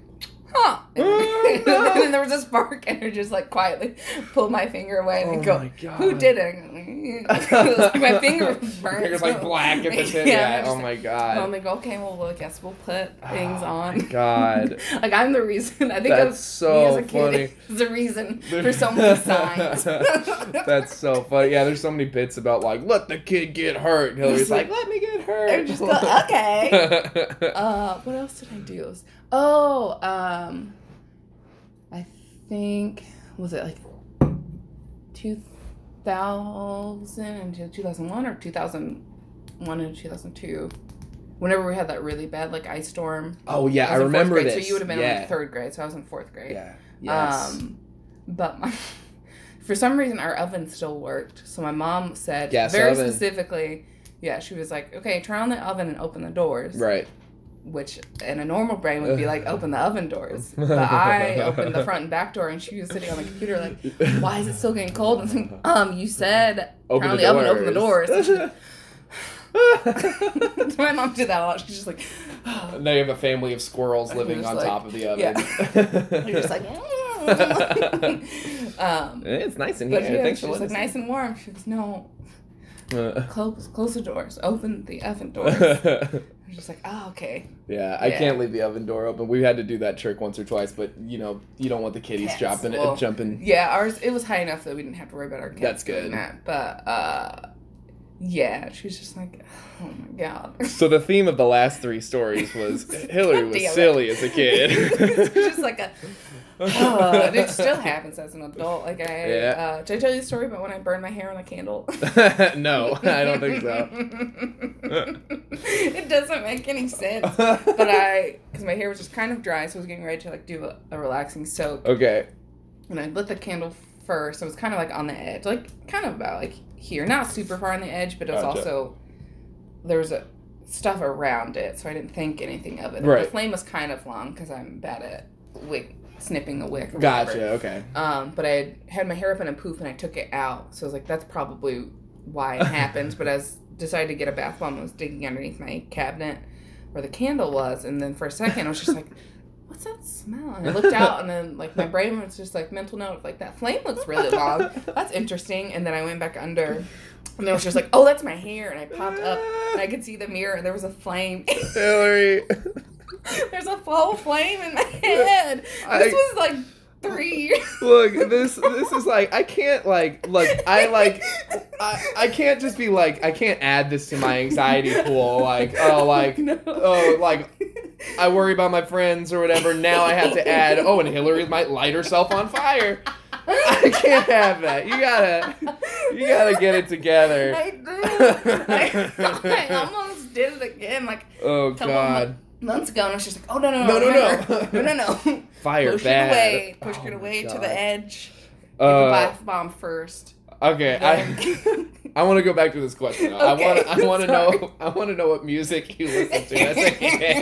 Speaker 3: huh.
Speaker 2: Oh, no.
Speaker 3: and then there was a spark and I just like quietly pulled my finger away and
Speaker 2: Oh,
Speaker 3: go,
Speaker 2: my God.
Speaker 3: who did it? It was like my finger burned.
Speaker 2: Finger's like black at the tip.
Speaker 3: Yeah,
Speaker 2: Yeah.
Speaker 3: I'm just
Speaker 2: Oh my
Speaker 3: Well, I'm
Speaker 2: god.
Speaker 3: like, okay, well, I guess we'll put things
Speaker 2: Oh,
Speaker 3: on.
Speaker 2: my God.
Speaker 3: like, I'm the reason. I think I'm,
Speaker 2: That's so
Speaker 3: me as a kid
Speaker 2: funny.
Speaker 3: is the reason for so many signs.
Speaker 2: That's so funny. Yeah, there's so many bits about like let the kid get hurt. And Hillary's
Speaker 3: It's
Speaker 2: like,
Speaker 3: like-
Speaker 2: let me get hurt.
Speaker 3: I just go, okay. Uh, what else did I do? Oh, um, I think was it like two thousand and two thousand one or two thousand one and two thousand two. Whenever we had that really bad like ice storm,
Speaker 2: oh yeah, I,
Speaker 3: was in fourth
Speaker 2: remember
Speaker 3: grade,
Speaker 2: this.
Speaker 3: So you would have been in
Speaker 2: yeah.
Speaker 3: like third grade, so I was in fourth grade.
Speaker 2: Yeah. Yes.
Speaker 3: Um, but my, for some reason, our oven still worked. So my mom said
Speaker 2: Gas
Speaker 3: very
Speaker 2: oven.
Speaker 3: specifically, yeah, she was like, okay, turn on the oven and open the doors.
Speaker 2: right.
Speaker 3: Which in a normal brain would be like, open the oven doors. But I opened the front and back door, and she was sitting on the computer like, why is it still getting cold? And I'm like, um, you said
Speaker 2: Open
Speaker 3: turn
Speaker 2: the,
Speaker 3: on the oven, open the doors.
Speaker 2: doors.
Speaker 3: my mom did that a lot. She's just like, oh.
Speaker 2: now you have a family of squirrels living
Speaker 3: just
Speaker 2: on
Speaker 3: like-
Speaker 2: top of the oven.
Speaker 3: you're just like. "Mm." um,
Speaker 2: it's nice in
Speaker 3: But
Speaker 2: here.
Speaker 3: yeah,
Speaker 2: Thanks
Speaker 3: she
Speaker 2: for
Speaker 3: was like
Speaker 2: listening.
Speaker 3: nice and warm. She goes, no,
Speaker 2: Uh,
Speaker 3: Close, close the doors. Open the effing doors. I
Speaker 2: yeah,
Speaker 3: was just like, oh, okay.
Speaker 2: I
Speaker 3: Yeah.
Speaker 2: can't leave the oven door open. We had to do that trick once or twice, but you know, you don't want the kitties
Speaker 3: Pets.
Speaker 2: dropping
Speaker 3: Well,
Speaker 2: it, jumping.
Speaker 3: Yeah, ours it was high enough that we didn't have to worry about our kids.
Speaker 2: That's
Speaker 3: doing
Speaker 2: good.
Speaker 3: That. But uh, yeah, she was just like, oh my god.
Speaker 2: So the theme of the last three stories was Hillary
Speaker 3: God damn
Speaker 2: was
Speaker 3: it.
Speaker 2: silly as a
Speaker 3: it's
Speaker 2: kid.
Speaker 3: just like a. Uh, and it still happens as an adult. Like I,
Speaker 2: Yeah.
Speaker 3: uh, did I tell you the story about when I burned my hair on a candle?
Speaker 2: no, I don't think so.
Speaker 3: it doesn't make any sense. But I, because my hair was just kind of dry, so I was getting ready to like do a, a relaxing soak.
Speaker 2: okay.
Speaker 3: and I lit the candle first. It was kind of like on the edge, like kind of about like here, not super far on the edge, but it was
Speaker 2: Gotcha.
Speaker 3: also there was a stuff around it, so I didn't think anything of it.
Speaker 2: Right.
Speaker 3: The flame was kind of long because I'm bad at wick snipping a wick. Or
Speaker 2: Gotcha.
Speaker 3: whatever.
Speaker 2: Okay.
Speaker 3: Um, but I had, had my hair up in a poof and I took it out, so I was like, that's probably why it happens. But I was, decided to get a bath bomb and was digging underneath my cabinet where the candle was, and then for a second I was just like. What's that smell? And I looked out, and then like my brain was just like mental note of like that flame looks really long. That's interesting. And then I went back under, and I was just like, oh, that's my hair. And I popped up, and I could see the mirror, and there was a flame.
Speaker 2: Hillary.
Speaker 3: There's a full flame in my head. This
Speaker 2: I-
Speaker 3: was like three years.
Speaker 2: Look, this this is like I can't like look I like I, I can't just be like I can't add this to my anxiety pool like oh like
Speaker 3: No.
Speaker 2: oh like I worry about my friends or whatever now I have to add oh and Hillary might light herself on fire I can't have that you gotta you gotta get it together
Speaker 3: I did. I, I almost did it again, like
Speaker 2: oh
Speaker 3: a couple of
Speaker 2: god
Speaker 3: mon- months ago, and I was just like, "Oh no, no, no,
Speaker 2: No, no, no.
Speaker 3: remember. no, no, no!"
Speaker 2: fire
Speaker 3: Push
Speaker 2: bad
Speaker 3: it away, push
Speaker 2: Oh
Speaker 3: it
Speaker 2: my
Speaker 3: away to
Speaker 2: God.
Speaker 3: the edge.
Speaker 2: Uh,
Speaker 3: Bath bomb first.
Speaker 2: okay I.
Speaker 3: Then-
Speaker 2: I want to go back to this question. though.
Speaker 3: Okay,
Speaker 2: I want. I want to
Speaker 3: sorry.
Speaker 2: know. I want to know what music you listened to as a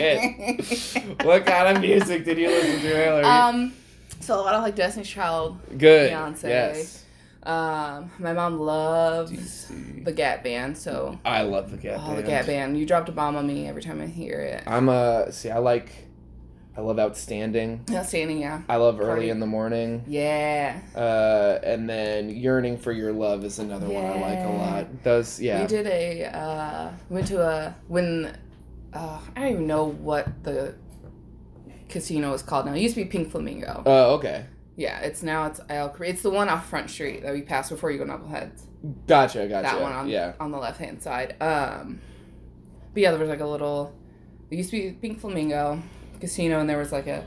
Speaker 2: kid. what kind of music did you listen to, Hillary?
Speaker 3: um, so a lot of like Destiny's Child.
Speaker 2: Good.
Speaker 3: Beyonce.
Speaker 2: Yes.
Speaker 3: Um, my mom loves
Speaker 2: DC.
Speaker 3: the Gap Band, so
Speaker 2: I love the Gap
Speaker 3: oh,
Speaker 2: Band.
Speaker 3: the Gap Band. You dropped a bomb on me every time I hear it.
Speaker 2: I'm a see. I like. I love Outstanding.
Speaker 3: Outstanding, yeah,
Speaker 2: I love Early
Speaker 3: Party.
Speaker 2: in the Morning.
Speaker 3: yeah.
Speaker 2: Uh, and then Yearning for Your Love is another one I like a
Speaker 3: Yeah.
Speaker 2: lot. Those,
Speaker 3: We
Speaker 2: yeah.
Speaker 3: did a uh, went to a when uh, I don't even know what the casino is called now. It used to be Pink Flamingo.
Speaker 2: Oh, okay.
Speaker 3: yeah, it's now it's Isle Cre- It's the one off Front Street that we passed before you go Knuckleheads.
Speaker 2: Gotcha. Gotcha.
Speaker 3: That one on
Speaker 2: yeah.
Speaker 3: on the left hand side. Um, but yeah, there was like a little. It used to be Pink Flamingo casino, and there was like a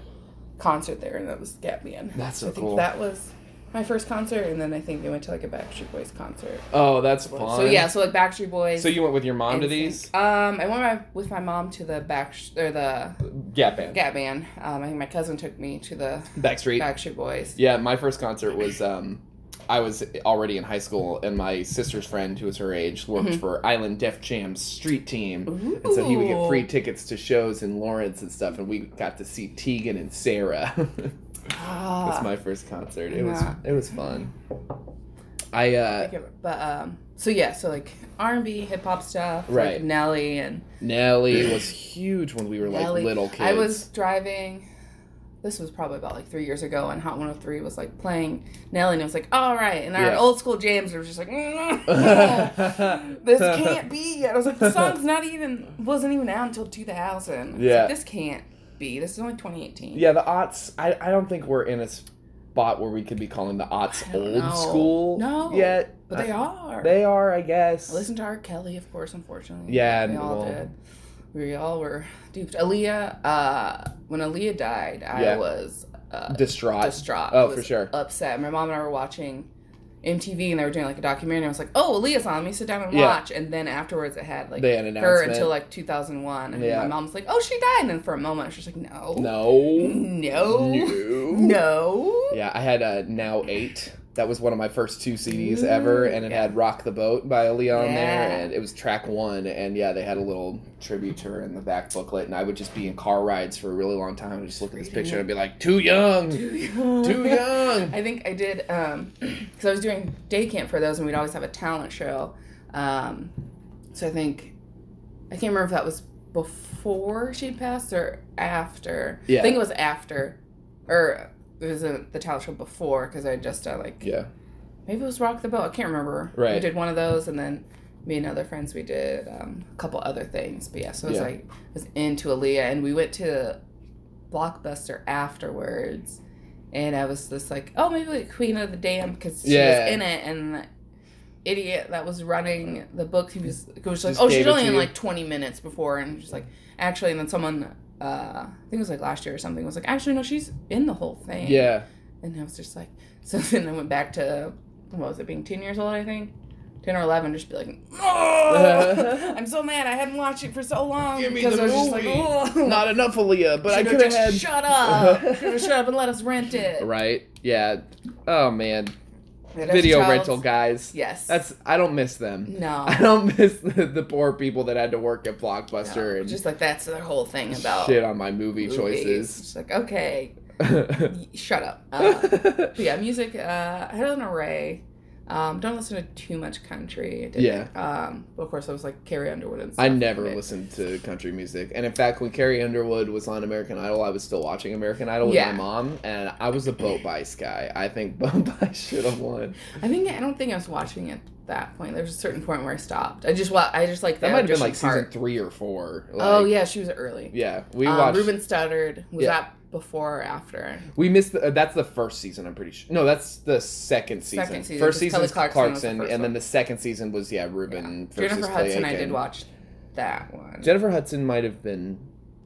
Speaker 3: concert there, and that was Gap Man.
Speaker 2: That's so
Speaker 3: I think
Speaker 2: cool.
Speaker 3: that was my first concert, and then I think they went to like a Backstreet Boys concert.
Speaker 2: Oh, that's fun.
Speaker 3: So yeah, so like Backstreet Boys.
Speaker 2: So you went with your mom to
Speaker 3: NSYNC.
Speaker 2: these?
Speaker 3: Um, I went my, with my mom to the back or the
Speaker 2: Gap Band.
Speaker 3: Gap Band. Um, I think my cousin took me to the
Speaker 2: Backstreet.
Speaker 3: Backstreet Boys.
Speaker 2: Yeah, my first concert was um I was already in high school and my sister's friend who was her age worked
Speaker 3: Mm-hmm.
Speaker 2: for Island Def Jam's street team. And so he would get free tickets to shows in Lawrence and stuff and we got to see Tegan and Sarah. That's
Speaker 3: Ah,
Speaker 2: my first concert. It was
Speaker 3: Yeah.
Speaker 2: it was fun. I uh
Speaker 3: but um, so yeah, so like R and B, hip hop stuff,
Speaker 2: Right.
Speaker 3: Like Nelly and
Speaker 2: Nelly was huge when we were like
Speaker 3: Nelly.
Speaker 2: little kids.
Speaker 3: I was driving. This was probably about like three years ago, and Hot 103 was like playing Nelly, and it was like, all right. And our
Speaker 2: Yeah.
Speaker 3: old school jams were just like, this can't be. I was like, the song's not even, wasn't even out until 2000. I was
Speaker 2: Yeah.
Speaker 3: Like, this can't be. This is only 2018.
Speaker 2: Yeah, the aughts. I, I don't think we're in a spot where we could be calling the aughts
Speaker 3: I don't
Speaker 2: old
Speaker 3: know.
Speaker 2: school.
Speaker 3: No.
Speaker 2: Yet,
Speaker 3: But they are.
Speaker 2: They are, I guess.
Speaker 3: Listen to R. Kelly, of course, unfortunately.
Speaker 2: Yeah,
Speaker 3: we
Speaker 2: and
Speaker 3: all
Speaker 2: well-
Speaker 3: did. We all were duped. Aaliyah, uh, when Aaliyah died, I
Speaker 2: Yeah.
Speaker 3: was uh,
Speaker 2: distraught.
Speaker 3: distraught.
Speaker 2: Oh,
Speaker 3: I was
Speaker 2: for sure.
Speaker 3: Upset. My mom and I were watching MTV, and they were doing like a documentary. I was like, "Oh, Aaliyah's on. Let me sit down and
Speaker 2: Yeah.
Speaker 3: watch." And then afterwards, it had like
Speaker 2: They had an
Speaker 3: her
Speaker 2: announcement.
Speaker 3: until like 2001, and
Speaker 2: Yeah.
Speaker 3: my mom's like, "Oh, she died." And then for a moment, I was just like, "No,
Speaker 2: no.
Speaker 3: no,
Speaker 2: No.
Speaker 3: no."
Speaker 2: Yeah, I had uh, now eight. That was one of my first two CDs ever, and it had "Rock the Boat" by Aaliyah on there,
Speaker 3: Mm-hmm. Yeah.
Speaker 2: and it was track one. And yeah, they had a little tribute to her in the back booklet, and I would just be in car rides for a really long time and just look at this picture and be like, "Too young, too young."
Speaker 3: I think I did because I was doing day camp for those, and we'd always have a talent show. Um, so I think I can't remember if that was before she passed or after.
Speaker 2: Yeah.
Speaker 3: I think it was after, or it was uh the talent show before because I had just done like
Speaker 2: Yeah,
Speaker 3: maybe it was Rock the Boat. I can't remember.
Speaker 2: Right.
Speaker 3: We did one of those, and then me and other friends we did um, a couple other things but yeah so it was
Speaker 2: Yeah.
Speaker 3: like it was into Aaliyah and we went to blockbuster afterwards and I was just like oh maybe like Queen of the Dam because she
Speaker 2: Yeah.
Speaker 3: was in it and the idiot that was running the book he was, he was like
Speaker 2: Just
Speaker 3: oh she's
Speaker 2: gave it
Speaker 3: only
Speaker 2: to
Speaker 3: in
Speaker 2: you.
Speaker 3: like 20 minutes before and she's like actually and then someone uh, I think it was like last year or something was like actually no she's in the whole thing
Speaker 2: Yeah.
Speaker 3: and I was just like, so then I went back to, what was it, being 10 years old, I think? 10 or 11, just be like, oh, I'm so mad I hadn't watched it for so long.
Speaker 2: Give me
Speaker 3: because
Speaker 2: the
Speaker 3: I was just like,
Speaker 2: movie.
Speaker 3: oh.
Speaker 2: Not enough, Aaliyah, but I
Speaker 3: Should've
Speaker 2: could have
Speaker 3: just Shut
Speaker 2: had.
Speaker 3: up. Should've shut up and let us rent it.
Speaker 2: Right? Yeah. Oh man,
Speaker 3: And as a
Speaker 2: video
Speaker 3: child-
Speaker 2: rental guys.
Speaker 3: Yes. Mm-hmm.
Speaker 2: That's I don't miss them.
Speaker 3: No.
Speaker 2: I don't miss the, the poor people that had to work at Blockbuster
Speaker 3: no.
Speaker 2: and
Speaker 3: Just like that's the whole thing about
Speaker 2: shit on my movie
Speaker 3: movies.
Speaker 2: choices.
Speaker 3: It's like, okay, y- shut up. Uh,
Speaker 2: yeah,
Speaker 3: But yeah, music. Uh, I had an array. Um, don't listen to too much country. I didn't.
Speaker 2: Yeah.
Speaker 3: Um, but of course, I was like Carrie Underwood and stuff.
Speaker 2: I never
Speaker 3: Okay.
Speaker 2: listened to country music, and in fact, when Carrie Underwood was on American Idol, I was still watching American Idol with
Speaker 3: Yeah.
Speaker 2: my mom, and I was a boat bice guy. I think boat bice should have won.
Speaker 3: I think I don't think I was watching at that point. There was a certain point where I stopped. I just wa- I just like
Speaker 2: That
Speaker 3: the
Speaker 2: might have been
Speaker 3: audition
Speaker 2: like season
Speaker 3: part.
Speaker 2: three or four.
Speaker 3: oh
Speaker 2: like-
Speaker 3: yeah, she was early.
Speaker 2: yeah. We
Speaker 3: um,
Speaker 2: watched.
Speaker 3: Ruben Studdard was
Speaker 2: Yeah.
Speaker 3: that before or after?
Speaker 2: We missed. The, uh, that's the first season. I'm pretty sure. No, that's the second season.
Speaker 3: Second season,
Speaker 2: First
Speaker 3: 'cause
Speaker 2: season
Speaker 3: Kelly
Speaker 2: was Clarkson,
Speaker 3: Clarkson was the first
Speaker 2: and then
Speaker 3: one.
Speaker 2: the second season was yeah Ruben versus
Speaker 3: Jennifer
Speaker 2: Clay
Speaker 3: Hudson. I
Speaker 2: Aiken.
Speaker 3: did watch that one.
Speaker 2: Jennifer Hudson might have been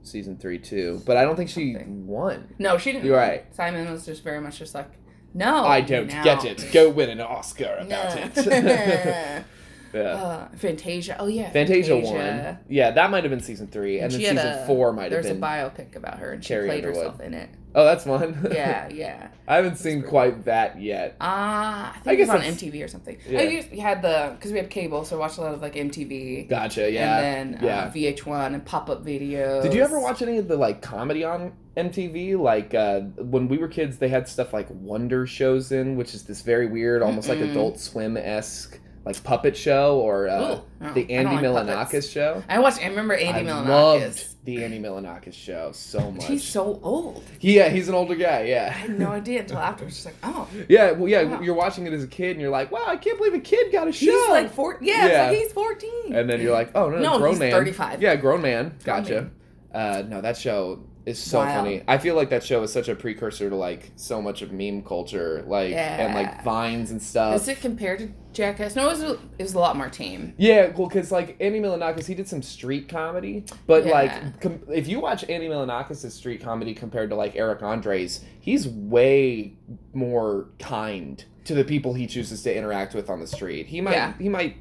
Speaker 2: season three too, but I don't think she
Speaker 3: Something.
Speaker 2: won.
Speaker 3: no, she didn't.
Speaker 2: You're right.
Speaker 3: Simon was just very much just like, Oh, no,
Speaker 2: I don't
Speaker 3: now.
Speaker 2: get it. Go win an Oscar
Speaker 3: No.
Speaker 2: about it. yeah.
Speaker 3: uh, Fantasia. Oh yeah,
Speaker 2: Fantasia won. Yeah, that might have been season three, and,
Speaker 3: And
Speaker 2: then
Speaker 3: she had
Speaker 2: season
Speaker 3: a-
Speaker 2: four might have
Speaker 3: There's a
Speaker 2: been.
Speaker 3: biopic about her, and she
Speaker 2: Carrie
Speaker 3: played
Speaker 2: Underwood.
Speaker 3: herself in it.
Speaker 2: oh, that's one.
Speaker 3: Yeah, yeah.
Speaker 2: I haven't seen quite that yet.
Speaker 3: Ah, I think
Speaker 2: I
Speaker 3: it was
Speaker 2: guess
Speaker 3: on
Speaker 2: that's-
Speaker 3: MTV or something.
Speaker 2: Yeah.
Speaker 3: I used we had the because we had cable, so I watched a lot of like MTV
Speaker 2: Gotcha. Yeah.
Speaker 3: and then uh,
Speaker 2: yeah.
Speaker 3: VH1 and pop up videos.
Speaker 2: Did you ever watch any of the like comedy on MTV? Like uh, when we were kids, they had stuff like Wonder Shows in, which is this very weird, almost like
Speaker 3: Mm-mm.
Speaker 2: Adult Swim esque like puppet show or uh,
Speaker 3: Ooh, no,
Speaker 2: the
Speaker 3: Oh, I don't
Speaker 2: Andy
Speaker 3: like
Speaker 2: Milanakis
Speaker 3: puppets.
Speaker 2: show.
Speaker 3: I watched. I remember Andy
Speaker 2: I
Speaker 3: Milanakis.
Speaker 2: loved the Andy Milanakis show so much.
Speaker 3: He's so old.
Speaker 2: yeah, he's an older guy.
Speaker 3: I
Speaker 2: Yeah.
Speaker 3: had no idea until afterwards. Just like, oh,
Speaker 2: Yeah, well, yeah,
Speaker 3: Wow.
Speaker 2: you're watching it as a kid, and you're like, "Wow, I can't believe a kid got a show."
Speaker 3: he's like four. Yeah, it's
Speaker 2: Yeah.
Speaker 3: like he's fourteen.
Speaker 2: and then you're like, "Oh no,
Speaker 3: No,
Speaker 2: grown
Speaker 3: he's
Speaker 2: man,
Speaker 3: 35.
Speaker 2: Yeah, grown man.
Speaker 3: Grown
Speaker 2: Gotcha. Uh, no, that show is so
Speaker 3: Wild.
Speaker 2: funny. I feel like that show is such a precursor to like so much of meme culture, like
Speaker 3: Yeah.
Speaker 2: and like vines and stuff.
Speaker 3: Is it compared to Jackass? No, it was, a- it was a lot more tame.
Speaker 2: Yeah, well, because like Andy Milanakis, he did some street comedy, but
Speaker 3: Yeah.
Speaker 2: like com- if you watch Andy Milanakis' street comedy compared to like Eric Andre's, he's way more kind to the people he chooses to interact with on the street. He might
Speaker 3: Yeah.
Speaker 2: he might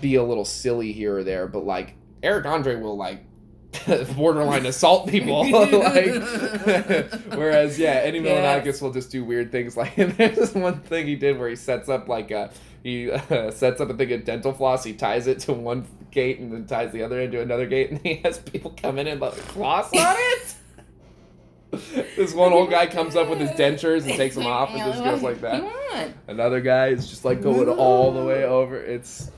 Speaker 2: be a little silly here or there, but like Eric Andre will like borderline assault people. like, whereas yeah, Andy
Speaker 3: Yes.
Speaker 2: Milanakis will just do weird things. Like and there's this one thing he did where he sets up like a he uh, sets up a thing of dental floss. He ties it to one gate and then ties the other end to another gate, and he has people come in and like floss on it. this one old guy comes up with his dentures and takes them off and just goes like that.
Speaker 3: Come
Speaker 2: Another guy is just like going all the way over. It's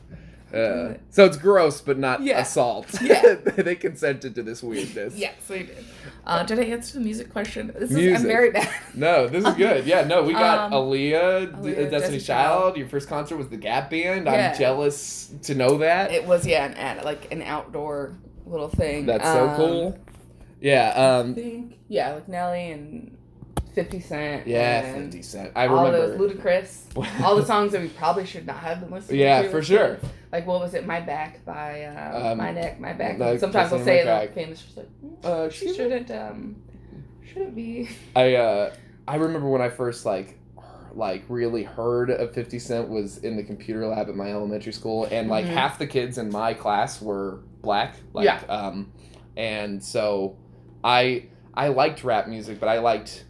Speaker 2: uh, so it's gross, but not
Speaker 3: Yeah.
Speaker 2: assault.
Speaker 3: Yeah.
Speaker 2: they consented to this weirdness.
Speaker 3: Yes, I did. Uh, did I answer the music question? This is
Speaker 2: Music.
Speaker 3: I'm very bad.
Speaker 2: No, this is good. Yeah, no, we
Speaker 3: Um,
Speaker 2: got Aaliyah,
Speaker 3: Aaliyah,
Speaker 2: D- Destiny's
Speaker 3: Destiny
Speaker 2: Child.
Speaker 3: Child.
Speaker 2: Your first concert was the Gap Band.
Speaker 3: Yeah.
Speaker 2: I'm jealous to know that.
Speaker 3: It was yeah, an ad, like an outdoor little thing.
Speaker 2: That's so
Speaker 3: Um,
Speaker 2: cool. Yeah,
Speaker 3: I
Speaker 2: um,
Speaker 3: think yeah, like Nelly and Fifty Cent.
Speaker 2: yeah,
Speaker 3: and
Speaker 2: Fifty Cent. I
Speaker 3: all
Speaker 2: remember.
Speaker 3: those ludicrous, all the songs that we probably should not have been listening to.
Speaker 2: yeah, for sure.
Speaker 3: Like what was it? My back by uh,
Speaker 2: Um,
Speaker 3: my neck, my back.
Speaker 2: like,
Speaker 3: Sometimes I'll
Speaker 2: Kissing
Speaker 3: say
Speaker 2: My
Speaker 3: the
Speaker 2: Back.
Speaker 3: famous. Just like mm,
Speaker 2: Uh,
Speaker 3: she shouldn't um, shouldn't be.
Speaker 2: I uh, I remember when I first like like really heard of 50 cent was in the computer lab at my elementary school and like
Speaker 3: Mhm.
Speaker 2: half the kids in my class were black like
Speaker 3: Yeah.
Speaker 2: um and so i i liked rap music but i liked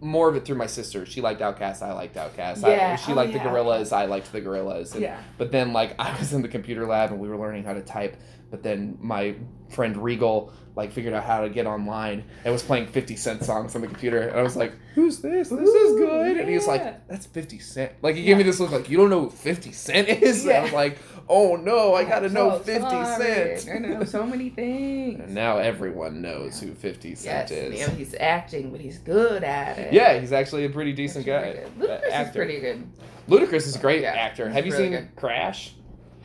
Speaker 2: more of it through my sister she liked outcast i liked outcast
Speaker 3: Yeah.
Speaker 2: she
Speaker 3: Oh,
Speaker 2: liked
Speaker 3: yeah.
Speaker 2: the gorillas i liked the gorillas and
Speaker 3: Yeah.
Speaker 2: but then, like, I was in the computer lab and we were learning how to type. But then my friend Regal, like, figured out how to get online and was playing 50 Cent songs on the computer. And I was like, who's this? This is
Speaker 3: Ooh,
Speaker 2: good. And he was
Speaker 3: yeah.
Speaker 2: like, that's 50 Cent. Like, he gave me this look like, you don't know who 50 Cent is? And I was
Speaker 3: Yeah.
Speaker 2: like, oh no, I
Speaker 3: I'm
Speaker 2: gotta know
Speaker 3: so
Speaker 2: 50
Speaker 3: sorry. I
Speaker 2: Cent.
Speaker 3: know so many things.
Speaker 2: and now everyone knows who 50
Speaker 3: Yes,
Speaker 2: Cent is.
Speaker 3: you know, he's acting, but he's good at it.
Speaker 2: Yeah, he's actually a pretty decent guy.
Speaker 3: Ludacris
Speaker 2: uh,
Speaker 3: is
Speaker 2: actor.
Speaker 3: pretty good.
Speaker 2: Ludacris is a great
Speaker 3: Yeah,
Speaker 2: actor.
Speaker 3: he's
Speaker 2: Have you
Speaker 3: really
Speaker 2: seen
Speaker 3: good.
Speaker 2: Crash?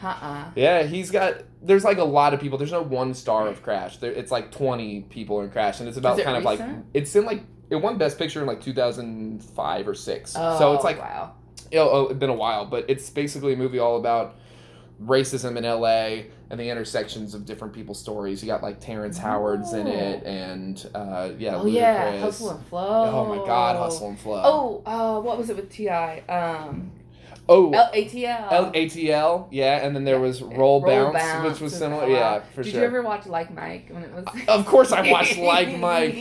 Speaker 3: Uh-uh.
Speaker 2: Yeah, he's got. There's like a lot of people. There's no one star of Crash. There, it's like 20 people in Crash, and it's about
Speaker 3: Is it
Speaker 2: kind of like
Speaker 3: recent?
Speaker 2: it's in like it won Best Picture in like 2005 or six. so it's like
Speaker 3: Oh, wow.
Speaker 2: it'll, oh, it's been a while, but it's basically a movie all about racism in LA and the intersections of different people's stories. You got like Terrence Howard's in it, and uh, yeah,
Speaker 3: oh
Speaker 2: Ludacris.
Speaker 3: yeah, hustle and flow.
Speaker 2: Oh my God, Hustle and Flow.
Speaker 3: Oh, uh, what was it with Ti? Um,
Speaker 2: oh
Speaker 3: L A T L.
Speaker 2: L- ATL, yeah, and then there was Roll, Bounce, which was
Speaker 3: and
Speaker 2: similar.
Speaker 3: Flow.
Speaker 2: Yeah, for
Speaker 3: uh-huh. Did
Speaker 2: sure.
Speaker 3: you ever watch Like Mike when it was?
Speaker 2: Of course, I watched Like Mike.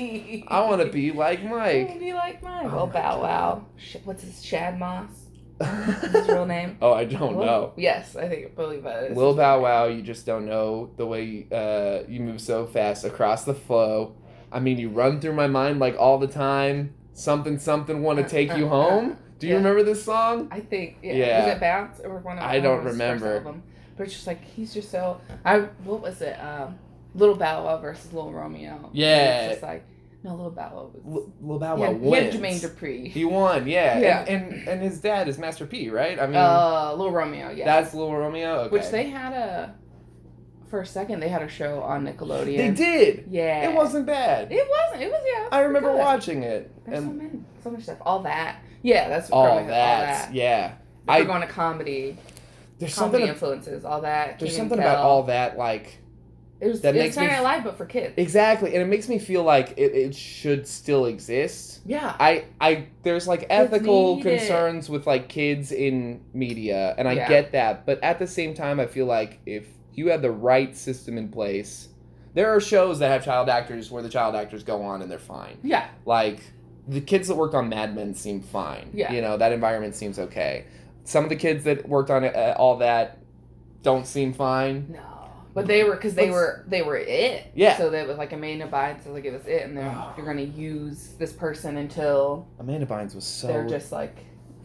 Speaker 2: I want to
Speaker 3: be.
Speaker 2: be like Mike.
Speaker 3: Be like Mike.
Speaker 2: Oh
Speaker 3: Oh,
Speaker 2: my
Speaker 3: Bow
Speaker 2: God.
Speaker 3: Wow. Sh- What's his Shad Moss? Is his
Speaker 2: oh,
Speaker 3: real name?
Speaker 2: I don't
Speaker 3: Lil-
Speaker 2: know.
Speaker 3: Yes, I think I believe that is.
Speaker 2: Lil Bow Wow, you just don't know the way uh, you move so fast across the flow. I mean, you run through my mind like all the time. Something, something, want to
Speaker 3: Uh,
Speaker 2: take you
Speaker 3: uh,
Speaker 2: home. Do you
Speaker 3: yeah.
Speaker 2: remember this song?
Speaker 3: I think. Yeah.
Speaker 2: Yeah.
Speaker 3: Was it Bounce or one of?
Speaker 2: I
Speaker 3: one
Speaker 2: don't
Speaker 3: of his first
Speaker 2: remember.
Speaker 3: album? But it's just like he's just so. I what was it? Um, Little Bow Wow versus Little Romeo. And
Speaker 2: Yeah.
Speaker 3: It's just like no, Little Bow Wow was.
Speaker 2: L- Lil Bow
Speaker 3: he
Speaker 2: Wow
Speaker 3: had, he had
Speaker 2: wins.
Speaker 3: Jermaine Dupri.
Speaker 2: He won, yeah.
Speaker 3: Yeah.
Speaker 2: And, and and his dad is Master P, right? I mean,
Speaker 3: uh, Little Romeo. Yeah.
Speaker 2: that's Lil Romeo. Okay.
Speaker 3: Which they had a. For a second, they had a show on Nickelodeon.
Speaker 2: They did.
Speaker 3: Yeah.
Speaker 2: It wasn't bad.
Speaker 3: It wasn't. It was yeah.
Speaker 2: I remember
Speaker 3: good.
Speaker 2: watching it.
Speaker 3: There's so
Speaker 2: and
Speaker 3: many, so much stuff. All that. Yeah, that's
Speaker 2: all
Speaker 3: probably
Speaker 2: that,
Speaker 3: All that.
Speaker 2: yeah.
Speaker 3: If
Speaker 2: I-
Speaker 3: We're going to comedy.
Speaker 2: There's
Speaker 3: Comedy
Speaker 2: something.
Speaker 3: influences. All that.
Speaker 2: there's
Speaker 3: Keenan
Speaker 2: something
Speaker 3: Kel.
Speaker 2: about all that, like
Speaker 3: It was.
Speaker 2: that
Speaker 3: it
Speaker 2: makes
Speaker 3: was Saturday
Speaker 2: me-
Speaker 3: Night Live, but for kids.
Speaker 2: exactly, and it makes me feel like it, it should still exist.
Speaker 3: yeah.
Speaker 2: I, I, there's like ethical
Speaker 3: need it.
Speaker 2: concerns with like kids in media, and I
Speaker 3: Yeah.
Speaker 2: get that, but at the same time, I feel like if you had the right system in place, there are shows that have child actors where the child actors go on and they're fine.
Speaker 3: Yeah.
Speaker 2: like the kids that worked on Mad Men seemed fine.
Speaker 3: Yeah.
Speaker 2: you know that environment seems okay. Some of the kids that worked on uh, all that don't seem fine.
Speaker 3: No. But they were because they
Speaker 2: Let's-
Speaker 3: were they were it.
Speaker 2: Yeah.
Speaker 3: So that was like Amanda Bynes was like it was it, and they're you're gonna use this person until
Speaker 2: Amanda Bynes was so
Speaker 3: they're just like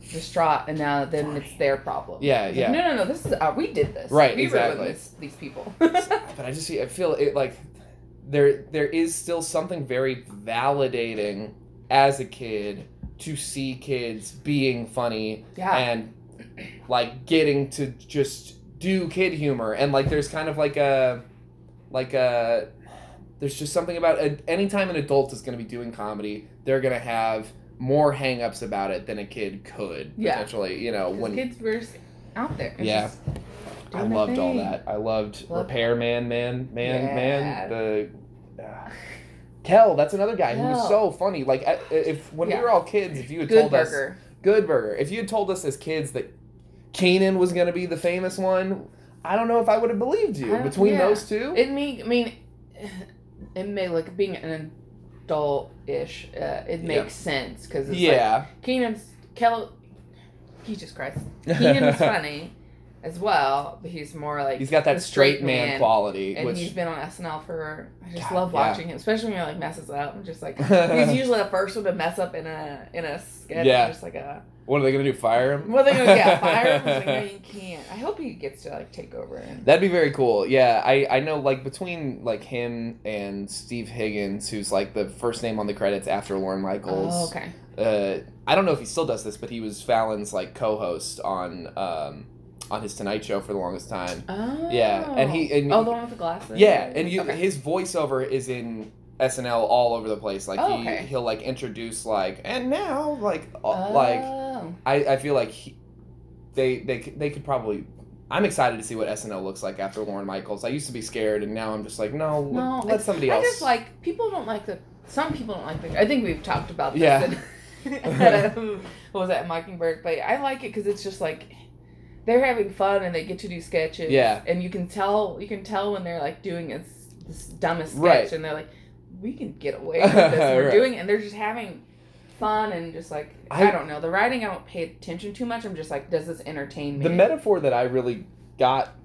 Speaker 3: distraught, and now then it's their problem.
Speaker 2: yeah
Speaker 3: It's
Speaker 2: yeah.
Speaker 3: like, no, no, no. This is uh, we did this.
Speaker 2: Right,
Speaker 3: We
Speaker 2: exactly.
Speaker 3: ruined this, these people.
Speaker 2: but I just I feel it like there there is still something very validating as a kid to see kids being funny
Speaker 3: yeah.
Speaker 2: and like getting to just do kid humor and like there's kind of like a like a there's just something about a, anytime an adult is going to be doing comedy they're going to have more hangups about it than a kid could
Speaker 3: Yeah.
Speaker 2: potentially you know
Speaker 3: 'Cause
Speaker 2: when
Speaker 3: kids were just out there. and
Speaker 2: Yeah.
Speaker 3: just
Speaker 2: I
Speaker 3: doing their
Speaker 2: loved all
Speaker 3: thing.
Speaker 2: that. I loved
Speaker 3: Love-
Speaker 2: Repairman, man, man,
Speaker 3: Yeah.
Speaker 2: man. The uh, Kel, that's another guy who was
Speaker 3: Kel.
Speaker 2: so funny. Like I- if when
Speaker 3: Yeah.
Speaker 2: we were all kids, if you had
Speaker 3: Good
Speaker 2: told us
Speaker 3: burger.
Speaker 2: Good Burger, if you had told us as kids that Kanan was gonna be the famous one, I don't know if I would have believed you.
Speaker 3: I don't-
Speaker 2: Between
Speaker 3: yeah.
Speaker 2: those two,
Speaker 3: It may, I mean, it may like being an adult ish. Uh, it
Speaker 2: Yeah.
Speaker 3: makes sense because
Speaker 2: yeah,
Speaker 3: like Keenan's Kel. Jesus Christ, Keenan's funny as well, but he's more like
Speaker 2: he's got
Speaker 3: the
Speaker 2: that straight man, quality,
Speaker 3: And
Speaker 2: which
Speaker 3: he's been on SNL for. I just
Speaker 2: God,
Speaker 3: love
Speaker 2: yeah.
Speaker 3: watching him, especially when he like messes up. I'm just like he's usually the first one to mess up in a in a sketch.
Speaker 2: Yeah.
Speaker 3: I'm just like a
Speaker 2: what are they gonna do? Fire him?
Speaker 3: what are they gonna get fired? I'm just like, no, you can't. I hope he gets to like take over and
Speaker 2: That'd be very cool. Yeah, I, I know like between like him and Steve Higgins, who's like the first name on the credits after Lauren Michaels.
Speaker 3: Oh, okay.
Speaker 2: Uh, I don't know if he still does this, but he was Fallon's like co-host on um on his Tonight Show for the longest time.
Speaker 3: Oh.
Speaker 2: Yeah, and he- and-
Speaker 3: oh, the one with the glasses.
Speaker 2: Yeah, and you
Speaker 3: Okay.
Speaker 2: his voiceover is in SNL all over the place. Like
Speaker 3: Oh,
Speaker 2: he
Speaker 3: okay.
Speaker 2: he'll like introduce like and now like uh, like
Speaker 3: Oh.
Speaker 2: I, I feel like he, they they c- they could probably. I'm excited to see what SNL looks like after Lauren Michaels. I used to be scared, and now I'm just like, no,
Speaker 3: No,
Speaker 2: let somebody
Speaker 3: I
Speaker 2: else.
Speaker 3: just like people don't like the. Some people don't like the. I think we've talked about this.
Speaker 2: Yeah.
Speaker 3: in- at, um, what was that Mockingbird? But I like it because it's just like they're having fun and they get to do sketches.
Speaker 2: Yeah.
Speaker 3: and you can tell you can tell when they're like doing a, s- this dumbest sketch
Speaker 2: Right.
Speaker 3: and they're like, we can get away with this. We're
Speaker 2: Right.
Speaker 3: doing it, and they're just having fun and just like I,
Speaker 2: I-
Speaker 3: don't know the writing. I don't pay attention too much. I'm just like, does this entertain me?
Speaker 2: the metaphor that I really got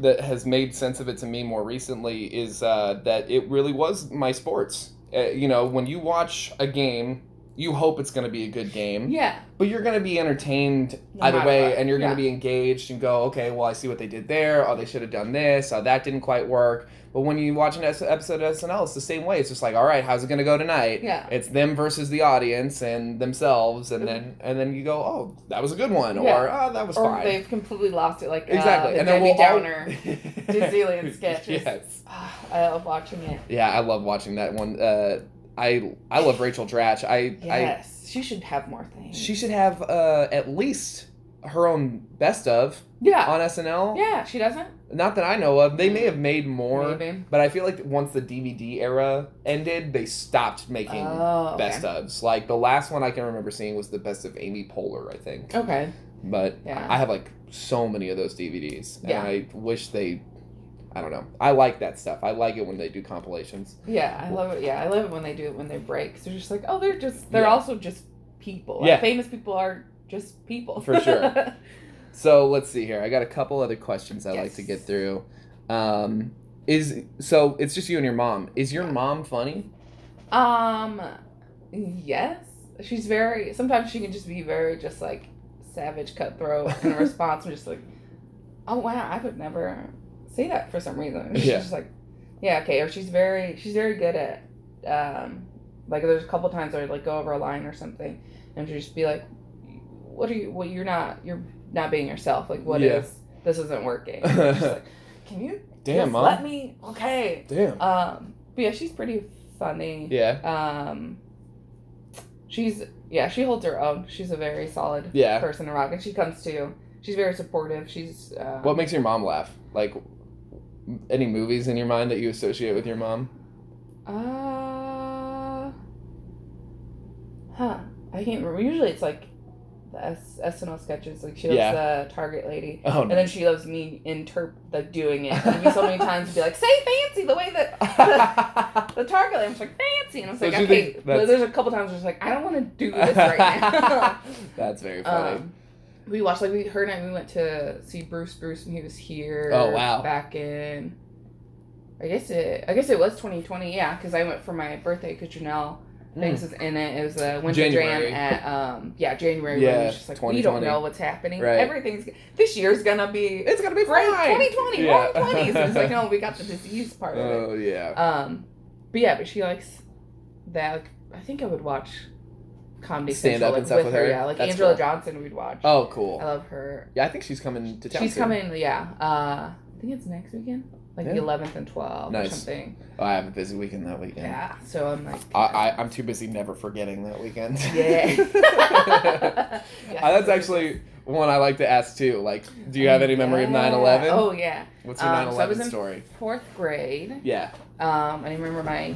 Speaker 2: that has made sense of it to me more recently is uh, that it really was my sports. Uh, you know, when you watch a game you hope it's going to be a good game,
Speaker 3: Yeah.
Speaker 2: but you're going to be entertained
Speaker 3: No
Speaker 2: either
Speaker 3: matter
Speaker 2: way,
Speaker 3: what,
Speaker 2: and you're going
Speaker 3: yeah.
Speaker 2: to be engaged and go, okay, well, I see what they did there. Oh, they should have done this. Oh, that didn't quite work. But when you watch an es- episode of SNL, it's the same way. It's just like, all right, how's it going to go tonight?
Speaker 3: Yeah.
Speaker 2: It's them versus the audience and themselves, and then and then you go, oh, that was a good one, or
Speaker 3: Yeah.
Speaker 2: oh, that was
Speaker 3: Or
Speaker 2: fine.
Speaker 3: they've completely lost it, like uh,
Speaker 2: exactly,
Speaker 3: the
Speaker 2: and then
Speaker 3: Debbie
Speaker 2: we'll all-
Speaker 3: Downer New Zealand sketches.
Speaker 2: Yes.
Speaker 3: Ah, I love watching it.
Speaker 2: Yeah, I love watching that one. Uh, I I love Rachel Dratch. I I
Speaker 3: Yes, she should have more things.
Speaker 2: she should have uh, at least her own best of
Speaker 3: yeah,
Speaker 2: on SNL.
Speaker 3: yeah, she doesn't.
Speaker 2: Not that I know of. They may have made more,
Speaker 3: Maybe.
Speaker 2: but I feel like once the DVD era ended, they stopped making
Speaker 3: Oh, okay.
Speaker 2: best ofs. Like the last one I can remember seeing was the best of Amy Poehler, I think.
Speaker 3: Okay,
Speaker 2: But
Speaker 3: Yeah.
Speaker 2: I have like so many of those DVDs,
Speaker 3: Yeah.
Speaker 2: and I wish they. I don't know. I like that stuff. I like it when they do compilations.
Speaker 3: yeah, I love it. Yeah, I love it when they do it when they break. They're just like, oh, they're just they're
Speaker 2: Yeah.
Speaker 3: also just people. Like,
Speaker 2: Yeah.
Speaker 3: famous people are just people
Speaker 2: For sure. So let's see here. I got a couple other questions I would like
Speaker 3: Yes.
Speaker 2: to get through. Um, is so it's just you and your mom. Is your mom funny?
Speaker 3: um, yes, she's very. Sometimes she can just be very just like savage, cutthroat in her response. I'm just like, oh wow, I would never say that for some reason. She's
Speaker 2: Yeah.
Speaker 3: just like, yeah, okay. Or she's very she's very good at um like there's a couple times I would like go over a line or something and she'd just be like, what are you? Well, you're not you're not being yourself. Like what is
Speaker 2: Yeah.
Speaker 3: this isn't working? I'm just like, can you
Speaker 2: Damn,
Speaker 3: just
Speaker 2: mom.
Speaker 3: let me okay.
Speaker 2: Damn.
Speaker 3: Um, but yeah, she's pretty funny.
Speaker 2: Yeah.
Speaker 3: Um, she's yeah, she holds her own. She's a very solid
Speaker 2: Yeah.
Speaker 3: person to rock, and she comes to. She's very supportive. She's uh,
Speaker 2: What makes your mom laugh? Like any movies in your mind that you associate with your mom?
Speaker 3: uh, huh? I can't remember. Usually, it's like the S- SNL sketches. Like she loves the Target lady.
Speaker 2: Oh
Speaker 3: And
Speaker 2: no.
Speaker 3: then she loves me interp like doing it. And be so many times to be like, say fancy the way that the target lamp was like fancy, and I was
Speaker 2: So
Speaker 3: like,
Speaker 2: she
Speaker 3: okay.
Speaker 2: thinks
Speaker 3: But
Speaker 2: that's-
Speaker 3: there's a couple times where she's like, I don't want to do this right now.
Speaker 2: That's very funny.
Speaker 3: um, we watched like we her and I we went to see Bruce Bruce and he was here.
Speaker 2: Oh, wow.
Speaker 3: Back in, I guess it I guess it was 2020. Yeah, because I went for my birthday because Janelle. Things was in it. It was a winter
Speaker 2: January.
Speaker 3: jam at um yeah January.
Speaker 2: Yeah,
Speaker 3: when it was just like we don't
Speaker 2: 2020.
Speaker 3: know what's happening.
Speaker 2: Right.
Speaker 3: Everything's this year's gonna be
Speaker 2: it's gonna be
Speaker 3: great.
Speaker 2: fine.
Speaker 3: 2020,
Speaker 2: Yeah.
Speaker 3: 2020. So it's like no, we got the disease part of it.
Speaker 2: Oh yeah.
Speaker 3: Um, but yeah, but she likes that. Like, I think I would watch Comedy
Speaker 2: Stand
Speaker 3: Central
Speaker 2: up
Speaker 3: like,
Speaker 2: and stuff with her?
Speaker 3: Yeah, like
Speaker 2: That's
Speaker 3: Angela
Speaker 2: cool.
Speaker 3: Johnson, we'd watch.
Speaker 2: Oh
Speaker 3: I
Speaker 2: cool.
Speaker 3: love her.
Speaker 2: Yeah, I think she's coming to town.
Speaker 3: Um, She's
Speaker 2: soon.
Speaker 3: coming. Yeah, uh, I think it's next weekend, like
Speaker 2: Yeah.
Speaker 3: the 11th and 12th or
Speaker 2: Nice.
Speaker 3: something.
Speaker 2: Oh, I have a busy weekend that weekend.
Speaker 3: Yeah. So I'm like.
Speaker 2: I, I I'm too busy never forgetting that weekend.
Speaker 3: yeah. Yeah.
Speaker 2: Uh, that's actually one I like to ask too. Like, do you have any memory of 9 11?
Speaker 3: Oh yeah.
Speaker 2: What's your
Speaker 3: um,
Speaker 2: 9
Speaker 3: so I was
Speaker 2: 11
Speaker 3: in-
Speaker 2: story?
Speaker 3: Fourth grade.
Speaker 2: Yeah.
Speaker 3: Um, I remember my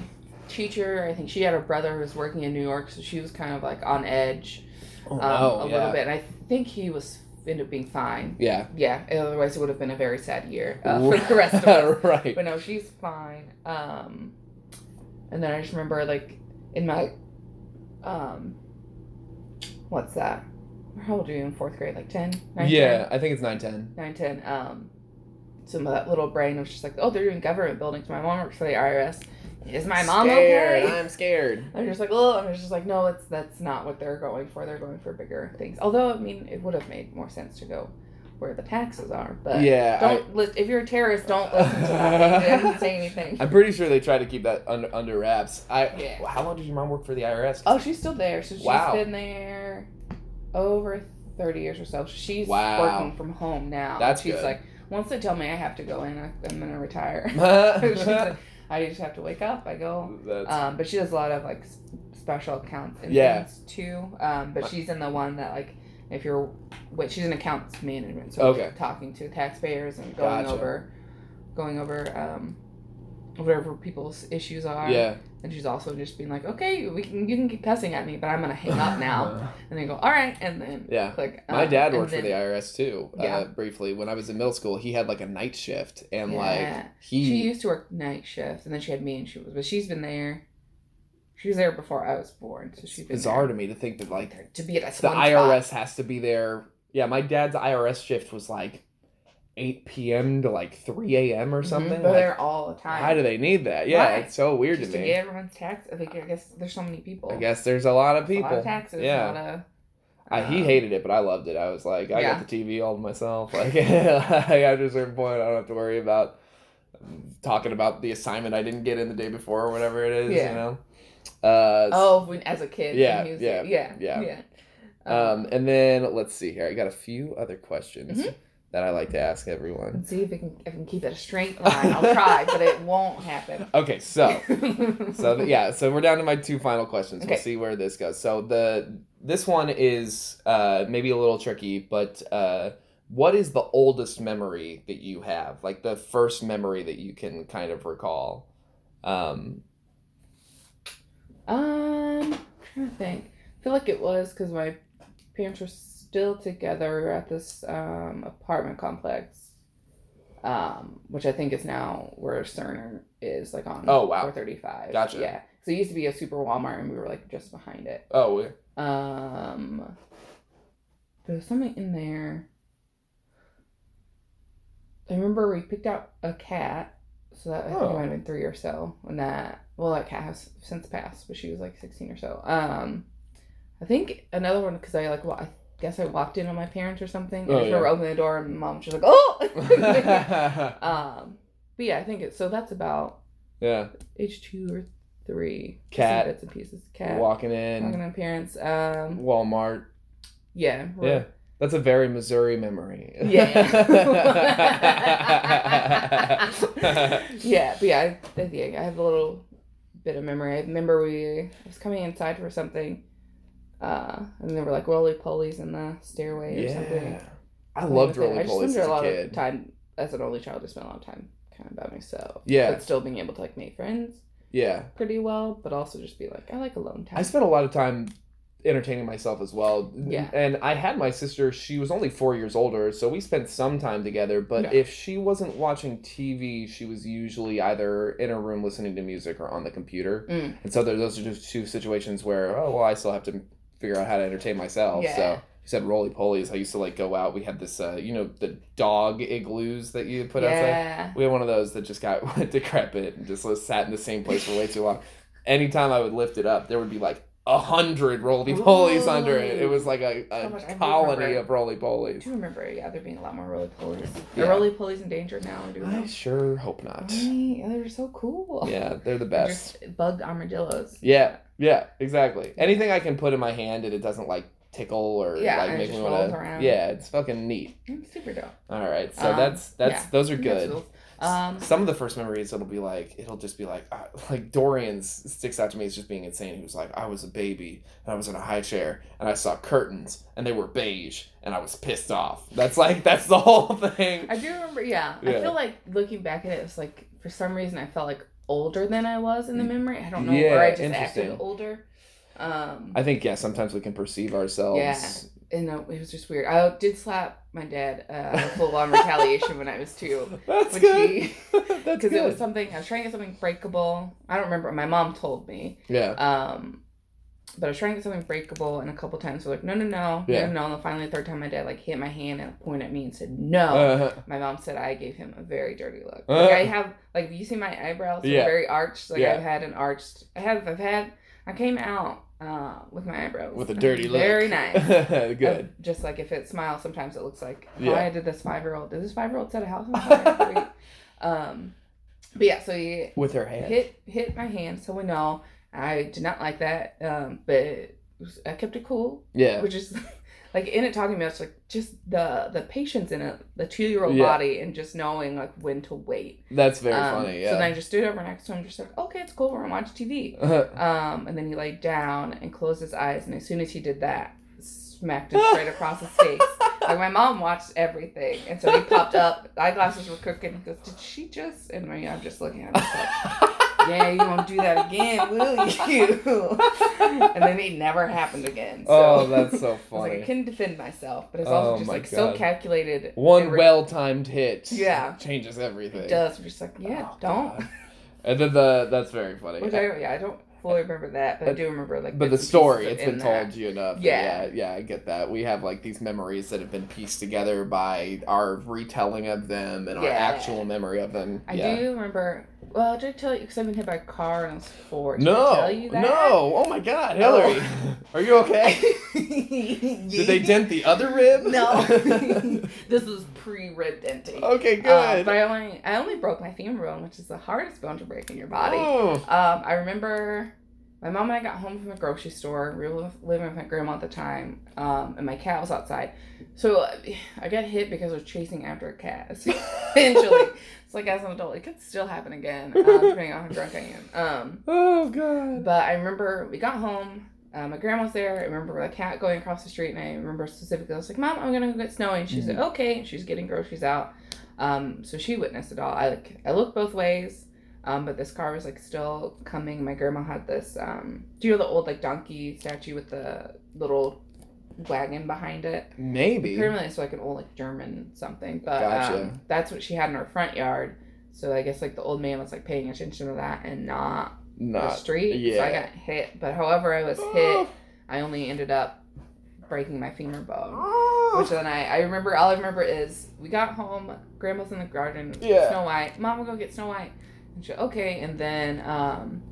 Speaker 3: teacher. I think she had her brother who was working in New York, so she was kind of like on edge.
Speaker 2: Oh,
Speaker 3: um, a
Speaker 2: yeah.
Speaker 3: little bit. And I think he was ended up being fine.
Speaker 2: Yeah.
Speaker 3: Yeah, otherwise it would have been a very sad year uh, for the rest of us.
Speaker 2: right.
Speaker 3: But no, she's fine. Um, and then I just remember like in my, um, what's that? How old are you in fourth grade? Like 10? 9,
Speaker 2: yeah, I think it's 910.
Speaker 3: 9, 10. Um, so my that little brain was just like, oh, they're doing government buildings. My mom works for the IRS. Is my mom
Speaker 2: scared.
Speaker 3: okay?
Speaker 2: I'm scared.
Speaker 3: I'm just like, oh, I'm just like, no, that's that's not what they're going for. They're going for bigger things. Although, I mean, it would have made more sense to go where the taxes are. But
Speaker 2: yeah.
Speaker 3: don't li- if you're a terrorist, don't listen to that. They didn't say anything.
Speaker 2: I, am pretty sure they try to keep that under, under wraps. I.
Speaker 3: Yeah.
Speaker 2: How long did your mom work for the IRS?
Speaker 3: Oh, she's still there. So she's
Speaker 2: Wow.
Speaker 3: been there over thirty years or so. She's
Speaker 2: Wow.
Speaker 3: working from home now.
Speaker 2: That's
Speaker 3: she's
Speaker 2: good.
Speaker 3: like, once they tell me I have to go in, I, I'm gonna retire. she's like,
Speaker 2: That's-
Speaker 3: I just have to wake up. I go Um, but she does a lot of like s- special accounts and
Speaker 2: Yeah.
Speaker 3: things too. Um, but she's in the one that like if you're, wait, she's in accounts management, so
Speaker 2: Okay.
Speaker 3: like, talking to taxpayers and going
Speaker 2: Gotcha.
Speaker 3: over, going over um, whatever people's issues are.
Speaker 2: yeah.
Speaker 3: And she's also just being like, okay, we can you can keep cussing at me, but I'm gonna hang up now. and they go, all right, and then
Speaker 2: Yeah.
Speaker 3: click.
Speaker 2: My
Speaker 3: um,
Speaker 2: dad
Speaker 3: and
Speaker 2: worked for the
Speaker 3: then-
Speaker 2: IRS too,
Speaker 3: Yeah.
Speaker 2: uh, briefly. When I was in middle school, he had like a night shift, and
Speaker 3: Yeah.
Speaker 2: like he,
Speaker 3: She used to work night shift, and then she had me, and she was, but she's been there. She was there before I was born, so she's been
Speaker 2: bizarre
Speaker 3: there.
Speaker 2: to me to think that like
Speaker 3: to be at
Speaker 2: the
Speaker 3: one spot.
Speaker 2: IRS has to be there. Yeah, my dad's IRS shift was like 8 p.m. to like 3 a.m. or something.
Speaker 3: Mm-hmm. They're
Speaker 2: Like,
Speaker 3: there all the time.
Speaker 2: how do they need that? Yeah,
Speaker 3: Right.
Speaker 2: it's so weird to
Speaker 3: Just to
Speaker 2: me.
Speaker 3: get everyone's tax. I think I guess there's so many people.
Speaker 2: I guess there's a lot of
Speaker 3: It's
Speaker 2: people.
Speaker 3: A lot of taxes.
Speaker 2: Yeah.
Speaker 3: A lot of,
Speaker 2: I, he
Speaker 3: um,
Speaker 2: hated it, but I loved it. I was like, I
Speaker 3: Yeah.
Speaker 2: got the TV all to myself. Like, after a certain point, I don't have to worry about um, talking about the assignment I didn't get in the day before or whatever it is.
Speaker 3: Yeah.
Speaker 2: You know. Uh,
Speaker 3: Oh, when, as a kid.
Speaker 2: Yeah,
Speaker 3: when he was-
Speaker 2: yeah,
Speaker 3: yeah,
Speaker 2: yeah.
Speaker 3: Um, Mm-hmm.
Speaker 2: Um, and then let's see here. I got a few other questions that I like to ask everyone.
Speaker 3: let's see if I can, if I can keep it a straight line. I'll try, but it won't happen.
Speaker 2: Okay, so so th- yeah, so we're down to my two final questions. We'll
Speaker 3: Okay.
Speaker 2: see where this goes. So the this one is uh, maybe a little tricky, but uh, what is the oldest memory that you have? Like the first memory that you can kind of recall. Um,
Speaker 3: Um, trying to think. I feel like it was because my parents were still together at this um, apartment complex, um, which I think is now where Cerner is, like on
Speaker 2: Oh, wow.
Speaker 3: 435.
Speaker 2: Gotcha.
Speaker 3: Yeah. So it used to be a super Walmart, and we were like just behind it.
Speaker 2: oh, we-
Speaker 3: Um, there was something in there. I remember we picked out a cat, so that I think it
Speaker 2: Oh.
Speaker 3: might have been three or so, and that well, that cat has since passed, but she was like sixteen or so. Um, I think another one because I like wa- I guess I walked in on my parents or something. and
Speaker 2: Oh,
Speaker 3: I just remember
Speaker 2: yeah.
Speaker 3: opening the door and mom was just like, oh. um, but yeah, I think it. So that's about
Speaker 2: yeah,
Speaker 3: age two or three. Just some
Speaker 2: Cat.
Speaker 3: bits and pieces. Cat.
Speaker 2: walking
Speaker 3: Walking
Speaker 2: in
Speaker 3: on parents. Um,
Speaker 2: Walmart.
Speaker 3: yeah.
Speaker 2: Yeah. That's a very Missouri memory.
Speaker 3: Yeah. yeah, but yeah, I, I think I have a little bit of memory. I remember we I was coming inside for something, uh, and there were like roly polies in the stairway or something.
Speaker 2: yeah. I loved
Speaker 3: Like,
Speaker 2: roller polies
Speaker 3: I just
Speaker 2: as
Speaker 3: spent a
Speaker 2: a
Speaker 3: lot
Speaker 2: kid.
Speaker 3: of time as an only child. I spent a lot of time kind of by myself.
Speaker 2: Yeah.
Speaker 3: but still being able to like make friends
Speaker 2: Yeah.
Speaker 3: pretty well, but also just be like I like alone time.
Speaker 2: I spent a lot of time entertaining myself as well.
Speaker 3: Yeah.
Speaker 2: And I had my sister, she was only four years older, so we spent some time together. But
Speaker 3: Yeah.
Speaker 2: if she wasn't watching TV, she was usually either in her room listening to music or on the computer.
Speaker 3: Mm.
Speaker 2: And so there, those are just two situations where, oh, well, I still have to figure out how to entertain myself.
Speaker 3: Yeah.
Speaker 2: So. You said roly polies. I used to like go out. We had this, uh, you know, the dog igloos that you put outside.
Speaker 3: yeah.
Speaker 2: We had one of those that just got decrepit and just was sat in the same place for way too long. Anytime I would lift it up, there would be like a hundred roly polies under it. It was like a,
Speaker 3: So
Speaker 2: a
Speaker 3: much. I
Speaker 2: colony
Speaker 3: remember.
Speaker 2: of roly
Speaker 3: I
Speaker 2: polies.
Speaker 3: do remember, yeah, there being a lot more roly polies.
Speaker 2: Yeah.
Speaker 3: Are roly polies in danger now? Or do we know?
Speaker 2: I sure hope not.
Speaker 3: Right? They're so cool.
Speaker 2: Yeah, they're the
Speaker 3: They're
Speaker 2: best.
Speaker 3: Just bug armadillos.
Speaker 2: Yeah, yeah, exactly. Anything I can put in my hand and it doesn't like tickle or
Speaker 3: Yeah,
Speaker 2: like
Speaker 3: and it
Speaker 2: make me
Speaker 3: just
Speaker 2: want
Speaker 3: rolls
Speaker 2: to.
Speaker 3: around.
Speaker 2: Yeah, it's fucking neat.
Speaker 3: I'm super dope.
Speaker 2: All right, so
Speaker 3: Um,
Speaker 2: that's that's
Speaker 3: yeah.
Speaker 2: those are
Speaker 3: That's
Speaker 2: good.
Speaker 3: cool. Um,
Speaker 2: some of the first memories it'll be like it'll just be like uh, like Dorian's sticks out to me as just being insane. He was like, I was a baby and I was in a high chair and I saw curtains and they were beige and I was pissed off. That's like that's the whole thing.
Speaker 3: I do remember. Yeah, I
Speaker 2: Yeah.
Speaker 3: feel like looking back at it, it's like for some reason I felt like older than I was in the memory. I don't know,
Speaker 2: Mm. Yeah,
Speaker 3: or I just acted
Speaker 2: interesting.
Speaker 3: older. Um,
Speaker 2: I think yeah, sometimes we can perceive ourselves.
Speaker 3: and uh, it was just weird. I did slap my dad uh, full on retaliation when I was two.
Speaker 2: That's
Speaker 3: Which
Speaker 2: good.
Speaker 3: he,
Speaker 2: that's
Speaker 3: because it
Speaker 2: good.
Speaker 3: was something I was trying to get something breakable. I don't remember. My mom told me,
Speaker 2: yeah.
Speaker 3: Um, but I was trying to get something breakable, and a couple times they're like, no, no, no,
Speaker 2: Yeah.
Speaker 3: no, no. And then finally, the third time, my dad like hit my hand and pointed at me and said, no.
Speaker 2: Uh,
Speaker 3: my mom said I gave him a very dirty look.
Speaker 2: Uh.
Speaker 3: like I have, like, you see my eyebrows are
Speaker 2: Yeah.
Speaker 3: very arched. Like
Speaker 2: Yeah.
Speaker 3: I've had an arched. I have. I've had. I came out uh, with my eyebrows
Speaker 2: with a dirty look.
Speaker 3: Very nice.
Speaker 2: good.
Speaker 3: Uh, just like if it smiles, sometimes it looks like
Speaker 2: Yeah.
Speaker 3: why did this five year old did this five year old set a house on fire? Wait. um, but yeah, so he
Speaker 2: with her hand.
Speaker 3: hit hit my hand so we know i did not like that um but it was- i kept it cool
Speaker 2: yeah.
Speaker 3: which is like in it talking about it's like just the the patience in it the two-year-old
Speaker 2: Yeah.
Speaker 3: body and just knowing like when to wait
Speaker 2: That's very
Speaker 3: Um,
Speaker 2: funny.
Speaker 3: so then i
Speaker 2: Yeah.
Speaker 3: just stood over next to him just like okay it's cool we're gonna watch tv um and then he laid down and closed his eyes and as soon as he did that smacked him straight across his face like my mom watched everything and so he popped up eyeglasses were crooked and he goes did she just and my- i'm just looking at him just like yeah, you won't do that again, will you? and then it never happened again. So.
Speaker 2: oh, that's so
Speaker 3: I was
Speaker 2: funny.
Speaker 3: like, I couldn't defend myself, but it's
Speaker 2: Oh
Speaker 3: also just
Speaker 2: my
Speaker 3: like so
Speaker 2: God.
Speaker 3: calculated.
Speaker 2: One
Speaker 3: Every-
Speaker 2: well-timed hit.
Speaker 3: Yeah.
Speaker 2: Changes everything.
Speaker 3: It does. We're just like, yeah,
Speaker 2: Oh,
Speaker 3: don't.
Speaker 2: God. And then the that's very funny.
Speaker 3: Which I, yeah, I don't. fully remember that, but I do remember like.
Speaker 2: But the
Speaker 3: bits and pieces
Speaker 2: story,
Speaker 3: of
Speaker 2: it's
Speaker 3: in
Speaker 2: been
Speaker 3: that.
Speaker 2: told you enough.
Speaker 3: Yeah.
Speaker 2: Yeah. yeah, I get that. We have like these memories that have been pieced together by our retelling of them and
Speaker 3: Yeah.
Speaker 2: our actual memory of them.
Speaker 3: I
Speaker 2: yeah.
Speaker 3: do remember. Well, I did tell you because I've been hit by a car and I was four. Did
Speaker 2: No,
Speaker 3: I tell you that?
Speaker 2: no. Oh my God, Hillary, are you okay? Did they dent the other rib?
Speaker 3: No. this was pre-red denting.
Speaker 2: okay,
Speaker 3: Uh,
Speaker 2: Oh, good.
Speaker 3: but I only I only broke my femur bone, which is the hardest bone to break in your body.
Speaker 2: Oh,
Speaker 3: Um, I remember my mom and I got home from the grocery store. We were living with my grandma at the time, um, and my cat was outside. So I got hit because I was chasing after a cat. Essentially, it's like as an adult, it could still happen again, uh, depending on how drunk I am. Um,
Speaker 2: oh God.
Speaker 3: but I remember we got home. Uh, my grandma was there. I remember the cat going across the street, and I remember specifically, I was like, "Mom, I'm gonna go get Snowy." And she said, "Okay." And she's getting groceries out. Um, so she witnessed it all. I like, I looked both ways, um, but this car was like still coming. My grandma had this. Um, do you know the old like donkey statue with the little wagon behind it?
Speaker 2: Maybe.
Speaker 3: Apparently, it's like an old like German something, but
Speaker 2: Gotcha.
Speaker 3: um, that's what she had in her front yard. So I guess like the old man was like paying attention to that and not the
Speaker 2: Not. Ah.
Speaker 3: street. So I
Speaker 2: yeah.
Speaker 3: got hit. But however I was hit, I only ended up breaking my femur bone.
Speaker 2: Oh.
Speaker 3: Which then I, I remember all I remember is we got home, grandma's in the garden,
Speaker 2: Yeah.
Speaker 3: Snow White, Mom will go get Snow White. And she okay, and then um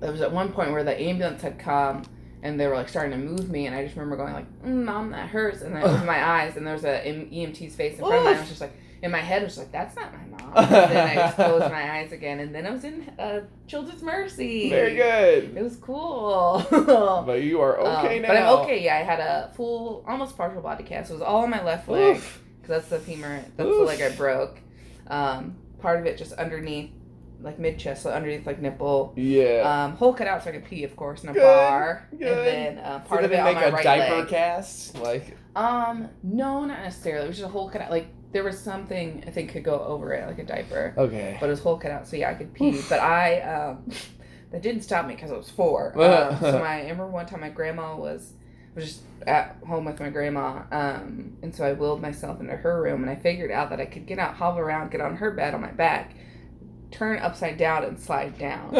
Speaker 3: there was at one point where the ambulance had come and they were like starting to move me and I just remember going like, mm, Mom, that hurts and I opened my eyes and there was a M- EMT's face in front of mine. I was just like in my head I was just like, That's not my mom. And then I just closed my eyes again and then I was in uh, Children's Mercy.
Speaker 2: Very good.
Speaker 3: It was cool. Um,
Speaker 2: But you are okay now.
Speaker 3: But I'm okay. Yeah, I had a full, almost partial body cast. It was all on my left leg
Speaker 2: Oof.
Speaker 3: because that's the femur. That's the
Speaker 2: Oof.
Speaker 3: leg I broke. Um, part of it just underneath, like mid chest, so underneath like nipple.
Speaker 2: Yeah.
Speaker 3: Um, hole cut out so I could pee, of course, in a
Speaker 2: Good,
Speaker 3: bar.
Speaker 2: good.
Speaker 3: And then uh,
Speaker 2: So
Speaker 3: part
Speaker 2: did
Speaker 3: of
Speaker 2: they
Speaker 3: it on
Speaker 2: make
Speaker 3: my
Speaker 2: a
Speaker 3: right
Speaker 2: diaper
Speaker 3: leg.
Speaker 2: cast? Like,
Speaker 3: Um, no, not necessarily. It was just a hole cut out. Like there was something I think could go over it, like a diaper
Speaker 2: okay.
Speaker 3: but it was whole cut out, so yeah, I could pee. But I, um, that didn't stop me because I was four. Um, so my, I remember one time my grandma was, was just at home with my grandma, um, and so I willed myself into her room, and I figured out that I could get out, hobble around, get on her bed on my back, turn upside down, and slide down.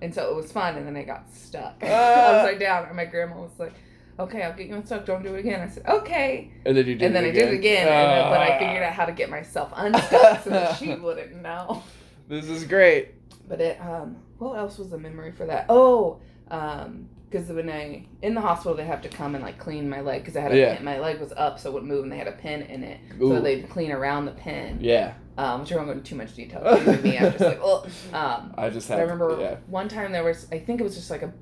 Speaker 3: and so it was fun, and then I got stuck upside down, and my grandma was like. Okay, I'll get you unstuck. Don't do it again. I said, okay.
Speaker 2: and then you did
Speaker 3: And then
Speaker 2: it
Speaker 3: I
Speaker 2: again.
Speaker 3: did it again, and then, but I
Speaker 2: Ah.
Speaker 3: figured out how to get myself unstuck so that she wouldn't know.
Speaker 2: This is great.
Speaker 3: But it, um, what else was the memory for that? Oh, um, because when I in the hospital, they have to come and like clean my leg because I had a
Speaker 2: Yeah.
Speaker 3: pin. My leg was up, so it wouldn't move, and they had a pin in it, so
Speaker 2: Ooh.
Speaker 3: they'd clean around the pin.
Speaker 2: Yeah.
Speaker 3: Um, which I won't go into too much detail. 'cause even me, I'm just like, oh. Um,
Speaker 2: I just
Speaker 3: but
Speaker 2: had.
Speaker 3: I remember
Speaker 2: Yeah.
Speaker 3: one time there was, I think it was just like a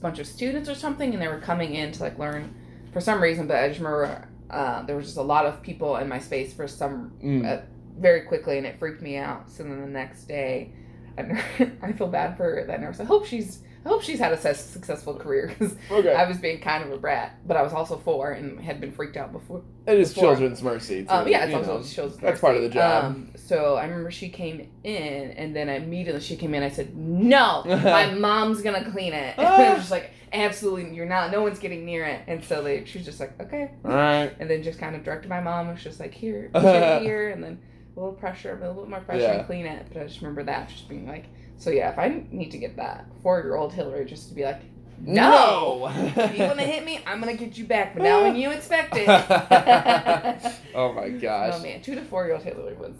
Speaker 3: bunch of students or something, and they were coming in to like learn for some reason. But I just remember uh, there was just a lot of people in my space for some
Speaker 2: Mm.
Speaker 3: uh, very quickly and it freaked me out. So then the next day, I, ner- I feel bad for that nurse. I hope she's I hope she's had a sus- successful career because
Speaker 2: Okay.
Speaker 3: I was being kind of a brat, but I was also four and had been freaked out before.
Speaker 2: It is
Speaker 3: before.
Speaker 2: children's mercy. Too,
Speaker 3: Um, yeah, it's
Speaker 2: you
Speaker 3: also
Speaker 2: know.
Speaker 3: children's
Speaker 2: that's part of
Speaker 3: nursing.
Speaker 2: the job.
Speaker 3: Um, so I remember she came in, and then immediately she came in. I said, "No, my mom's gonna clean it." And
Speaker 2: Ah.
Speaker 3: I was just like, "Absolutely, you're not. No one's getting near it." And so they, she was just like, "Okay."
Speaker 2: All right.
Speaker 3: and then just kind of directed my mom. was just like, here, put it here, and then a little pressure, a little bit more pressure,
Speaker 2: Yeah.
Speaker 3: and clean it. But I just remember that just being like, so yeah, if I need to get that four year old Hillary just to be like, no, you want to hit me, I'm gonna get you back. But now when you expect it, no
Speaker 2: oh my gosh.
Speaker 3: man, two to four year old Hillary was.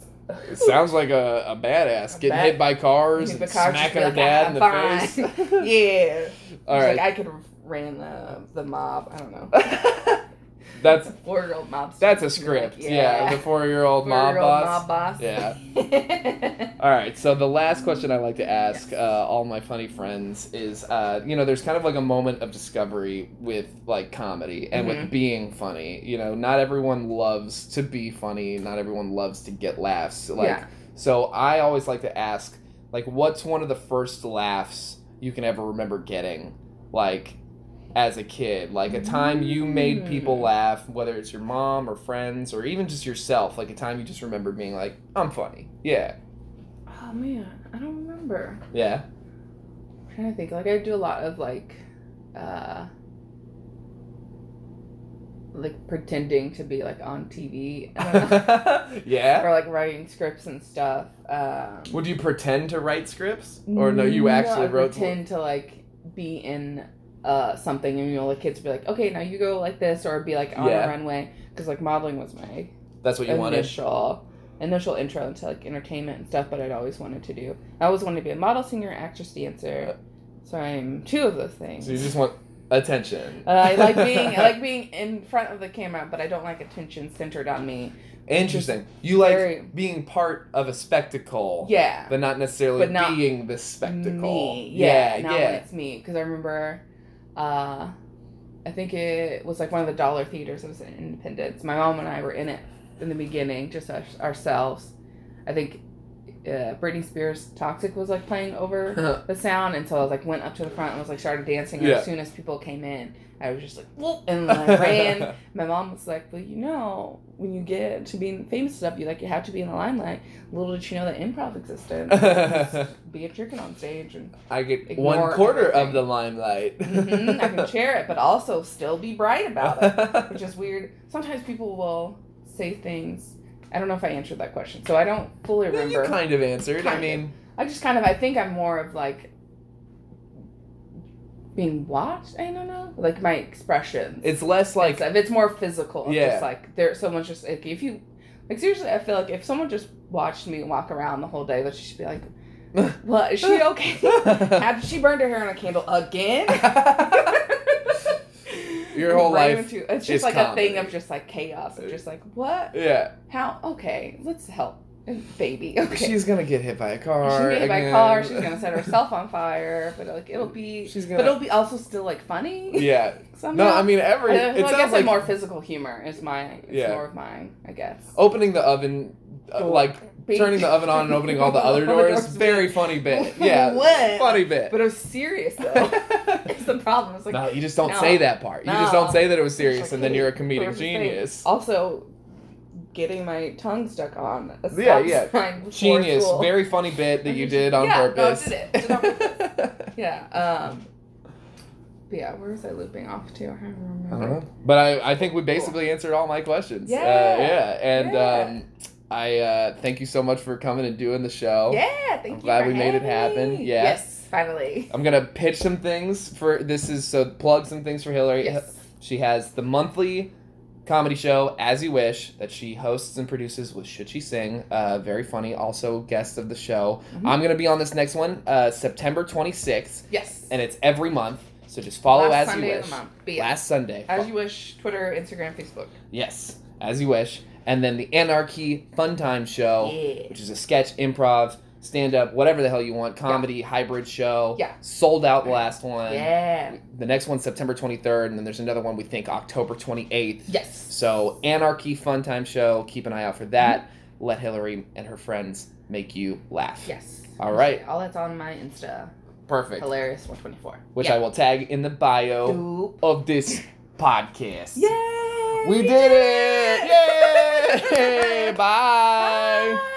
Speaker 2: it sounds like a, a badass getting
Speaker 3: bad-
Speaker 2: hit by cars
Speaker 3: Hit
Speaker 2: and
Speaker 3: by cars, just
Speaker 2: smacking
Speaker 3: be
Speaker 2: her
Speaker 3: like,
Speaker 2: dad in the
Speaker 3: "Ah,
Speaker 2: face.
Speaker 3: yeah,
Speaker 2: All
Speaker 3: She's
Speaker 2: right.
Speaker 3: like I could have ran the the mob. I don't know.
Speaker 2: that's
Speaker 3: Four year old mobster.
Speaker 2: that's a
Speaker 3: Like,
Speaker 2: script. yeah.
Speaker 3: yeah.
Speaker 2: the four year old mob
Speaker 3: Four-year-old
Speaker 2: boss.
Speaker 3: Mob boss.
Speaker 2: Yeah.
Speaker 3: Yeah.
Speaker 2: All right, so the last question I like to ask uh, all my funny friends is, uh, you know, there's kind of like a moment of discovery with like comedy and
Speaker 3: Mhm.
Speaker 2: with being funny. You know, not everyone loves to be funny. Not everyone loves to get laughs. Like,
Speaker 3: Yeah.
Speaker 2: so I always like to ask, like, what's one of the first laughs you can ever remember getting, like, as a kid, like a time you made people
Speaker 3: Mm.
Speaker 2: laugh, whether it's your mom or friends or even just yourself, like a time you just remember being like, I'm funny. Yeah.
Speaker 3: Oh man, I don't remember.
Speaker 2: Yeah.
Speaker 3: I'm trying to think. Like I do a lot of like, uh, like pretending to be like on TV I don't know.
Speaker 2: yeah.
Speaker 3: or like writing scripts and stuff. Um,
Speaker 2: Would you pretend to write scripts, or no? You
Speaker 3: no, I
Speaker 2: actually wrote.
Speaker 3: pretend to like be in uh something, and you know, like kids would be like, okay, now you go like this, or be like on
Speaker 2: Yeah.
Speaker 3: a runway, because like modeling was my
Speaker 2: That's what you wanted.
Speaker 3: initial initial intro into like entertainment and stuff. But I'd always wanted to do. I always wanted to be a model, singer, actress, dancer. So I'm two of those things.
Speaker 2: So you just want attention.
Speaker 3: Uh, I like being I like being in front of the camera, but I don't like attention centered on me.
Speaker 2: Interesting. You like
Speaker 3: Very-
Speaker 2: being part of a spectacle.
Speaker 3: Yeah,
Speaker 2: But not necessarily
Speaker 3: But not
Speaker 2: being the spectacle.
Speaker 3: me. Yeah,
Speaker 2: yeah.
Speaker 3: not when
Speaker 2: yeah.
Speaker 3: it's me because I remember, uh, I think it was like one of the dollar theaters. It was in Independence. My mom and I were in it in the beginning, just us, ourselves. I think uh, Britney Spears' "Toxic" was like playing over the sound, and so I was like went up to the front and was like started dancing. And
Speaker 2: Yeah.
Speaker 3: as soon as people came in, I was just like whoop and like ran my mom was like, "Well, you know, when you get to being famous and stuff, you like you have to be in the limelight." Little did she know that improv existed. Just be a chicken on stage, and
Speaker 2: I get
Speaker 3: Ignore
Speaker 2: one quarter
Speaker 3: everything.
Speaker 2: of the limelight.
Speaker 3: Mhm, I can share it, but also still be bright about it, which is weird. Sometimes people will say things. I don't know if I answered that question, so I don't fully
Speaker 2: Yeah, you
Speaker 3: remember.
Speaker 2: kind of answered. I
Speaker 3: Kind of.
Speaker 2: mean,
Speaker 3: I just kind of I think I'm more of like being watched. I don't know, like my expressions.
Speaker 2: it's less like
Speaker 3: like if it's more physical yeah.
Speaker 2: Yeah.
Speaker 3: just like there someone's just like if you like seriously i feel like if someone just watched me walk around the whole day that she should be like well is she okay Had she burned her hair on a candle again
Speaker 2: Your whole
Speaker 3: Right
Speaker 2: life
Speaker 3: into- it's
Speaker 2: is
Speaker 3: just like a thing
Speaker 2: comedy.
Speaker 3: of just like chaos of just like what
Speaker 2: yeah.
Speaker 3: how okay let's help baby okay she's
Speaker 2: She's gonna get hit by a car.
Speaker 3: gonna get hit by a
Speaker 2: again.
Speaker 3: car. She's gonna set herself on fire, but like it'll be,
Speaker 2: She's
Speaker 3: but
Speaker 2: gonna.
Speaker 3: it'll be also still like funny.
Speaker 2: yeah.
Speaker 3: somehow.
Speaker 2: No, I mean every.
Speaker 3: I, well, I
Speaker 2: it sounds
Speaker 3: guess like
Speaker 2: like
Speaker 3: more physical humor is my it's
Speaker 2: Yeah.
Speaker 3: more of mine, I guess.
Speaker 2: opening the oven, uh,
Speaker 3: Door.
Speaker 2: like
Speaker 3: Big-
Speaker 2: turning the oven on and opening all the other doors. Very funny bit. Yeah.
Speaker 3: What?
Speaker 2: Funny bit.
Speaker 3: But it was serious though. it's the problem. It's like
Speaker 2: no, you just don't
Speaker 3: No.
Speaker 2: say that part. You just
Speaker 3: No.
Speaker 2: don't say that it was serious,
Speaker 3: like,
Speaker 2: and then
Speaker 3: hey,
Speaker 2: you're a
Speaker 3: we're
Speaker 2: comedic
Speaker 3: just saying-
Speaker 2: genius.
Speaker 3: also getting my tongue stuck on a stop
Speaker 2: Yeah, yeah.
Speaker 3: sign before
Speaker 2: Genius.
Speaker 3: school.
Speaker 2: Very funny bit that you did on
Speaker 3: Yeah, no, I
Speaker 2: purpose.
Speaker 3: did it. Did on yeah. Um but yeah, where was I looping off to? I don't remember.
Speaker 2: I don't know. But I, I think we basically answered all my questions.
Speaker 3: Yeah.
Speaker 2: Uh, yeah. And
Speaker 3: Yeah.
Speaker 2: Um, I uh, thank you so much for coming and doing the show.
Speaker 3: Yeah, thank
Speaker 2: I'm
Speaker 3: you.
Speaker 2: glad
Speaker 3: for
Speaker 2: we made it
Speaker 3: having
Speaker 2: happen.
Speaker 3: me.
Speaker 2: Yeah.
Speaker 3: Yes, finally.
Speaker 2: I'm gonna pitch some things for this is so plug some things for Hillary.
Speaker 3: Yes.
Speaker 2: She has the monthly comedy show As You Wish that she hosts and produces with Should She Sing. Uh, very funny. Also guest of the show.
Speaker 3: Mhm.
Speaker 2: I'm gonna be on this next one uh, September 26th,
Speaker 3: Yes.
Speaker 2: and it's every month. So just follow
Speaker 3: Last
Speaker 2: As
Speaker 3: Sunday
Speaker 2: You
Speaker 3: of
Speaker 2: Wish.
Speaker 3: the month. But yeah.
Speaker 2: Last Sunday.
Speaker 3: As you wish, Twitter, Instagram, Facebook.
Speaker 2: Yes, as you wish. And then the Anarchy Fun Time Show,
Speaker 3: Yeah.
Speaker 2: which is a sketch, improv, stand up, whatever the hell you want, comedy, hybrid show.
Speaker 3: Yeah.
Speaker 2: Sold out the last one.
Speaker 3: Yeah.
Speaker 2: The next one's September 23rd, and then there's another one we think October 28th.
Speaker 3: Yes.
Speaker 2: So, Anarchy Fun Time Show, keep an eye out for that. Let Hillary and her friends make you laugh.
Speaker 3: Yes.
Speaker 2: All right.
Speaker 3: All that's on my Insta.
Speaker 2: Perfect.
Speaker 3: Hilarious 124.
Speaker 2: Which I will tag in the bio
Speaker 3: Doop.
Speaker 2: of this podcast.
Speaker 3: Yay!
Speaker 2: We did it! Yay! Bye.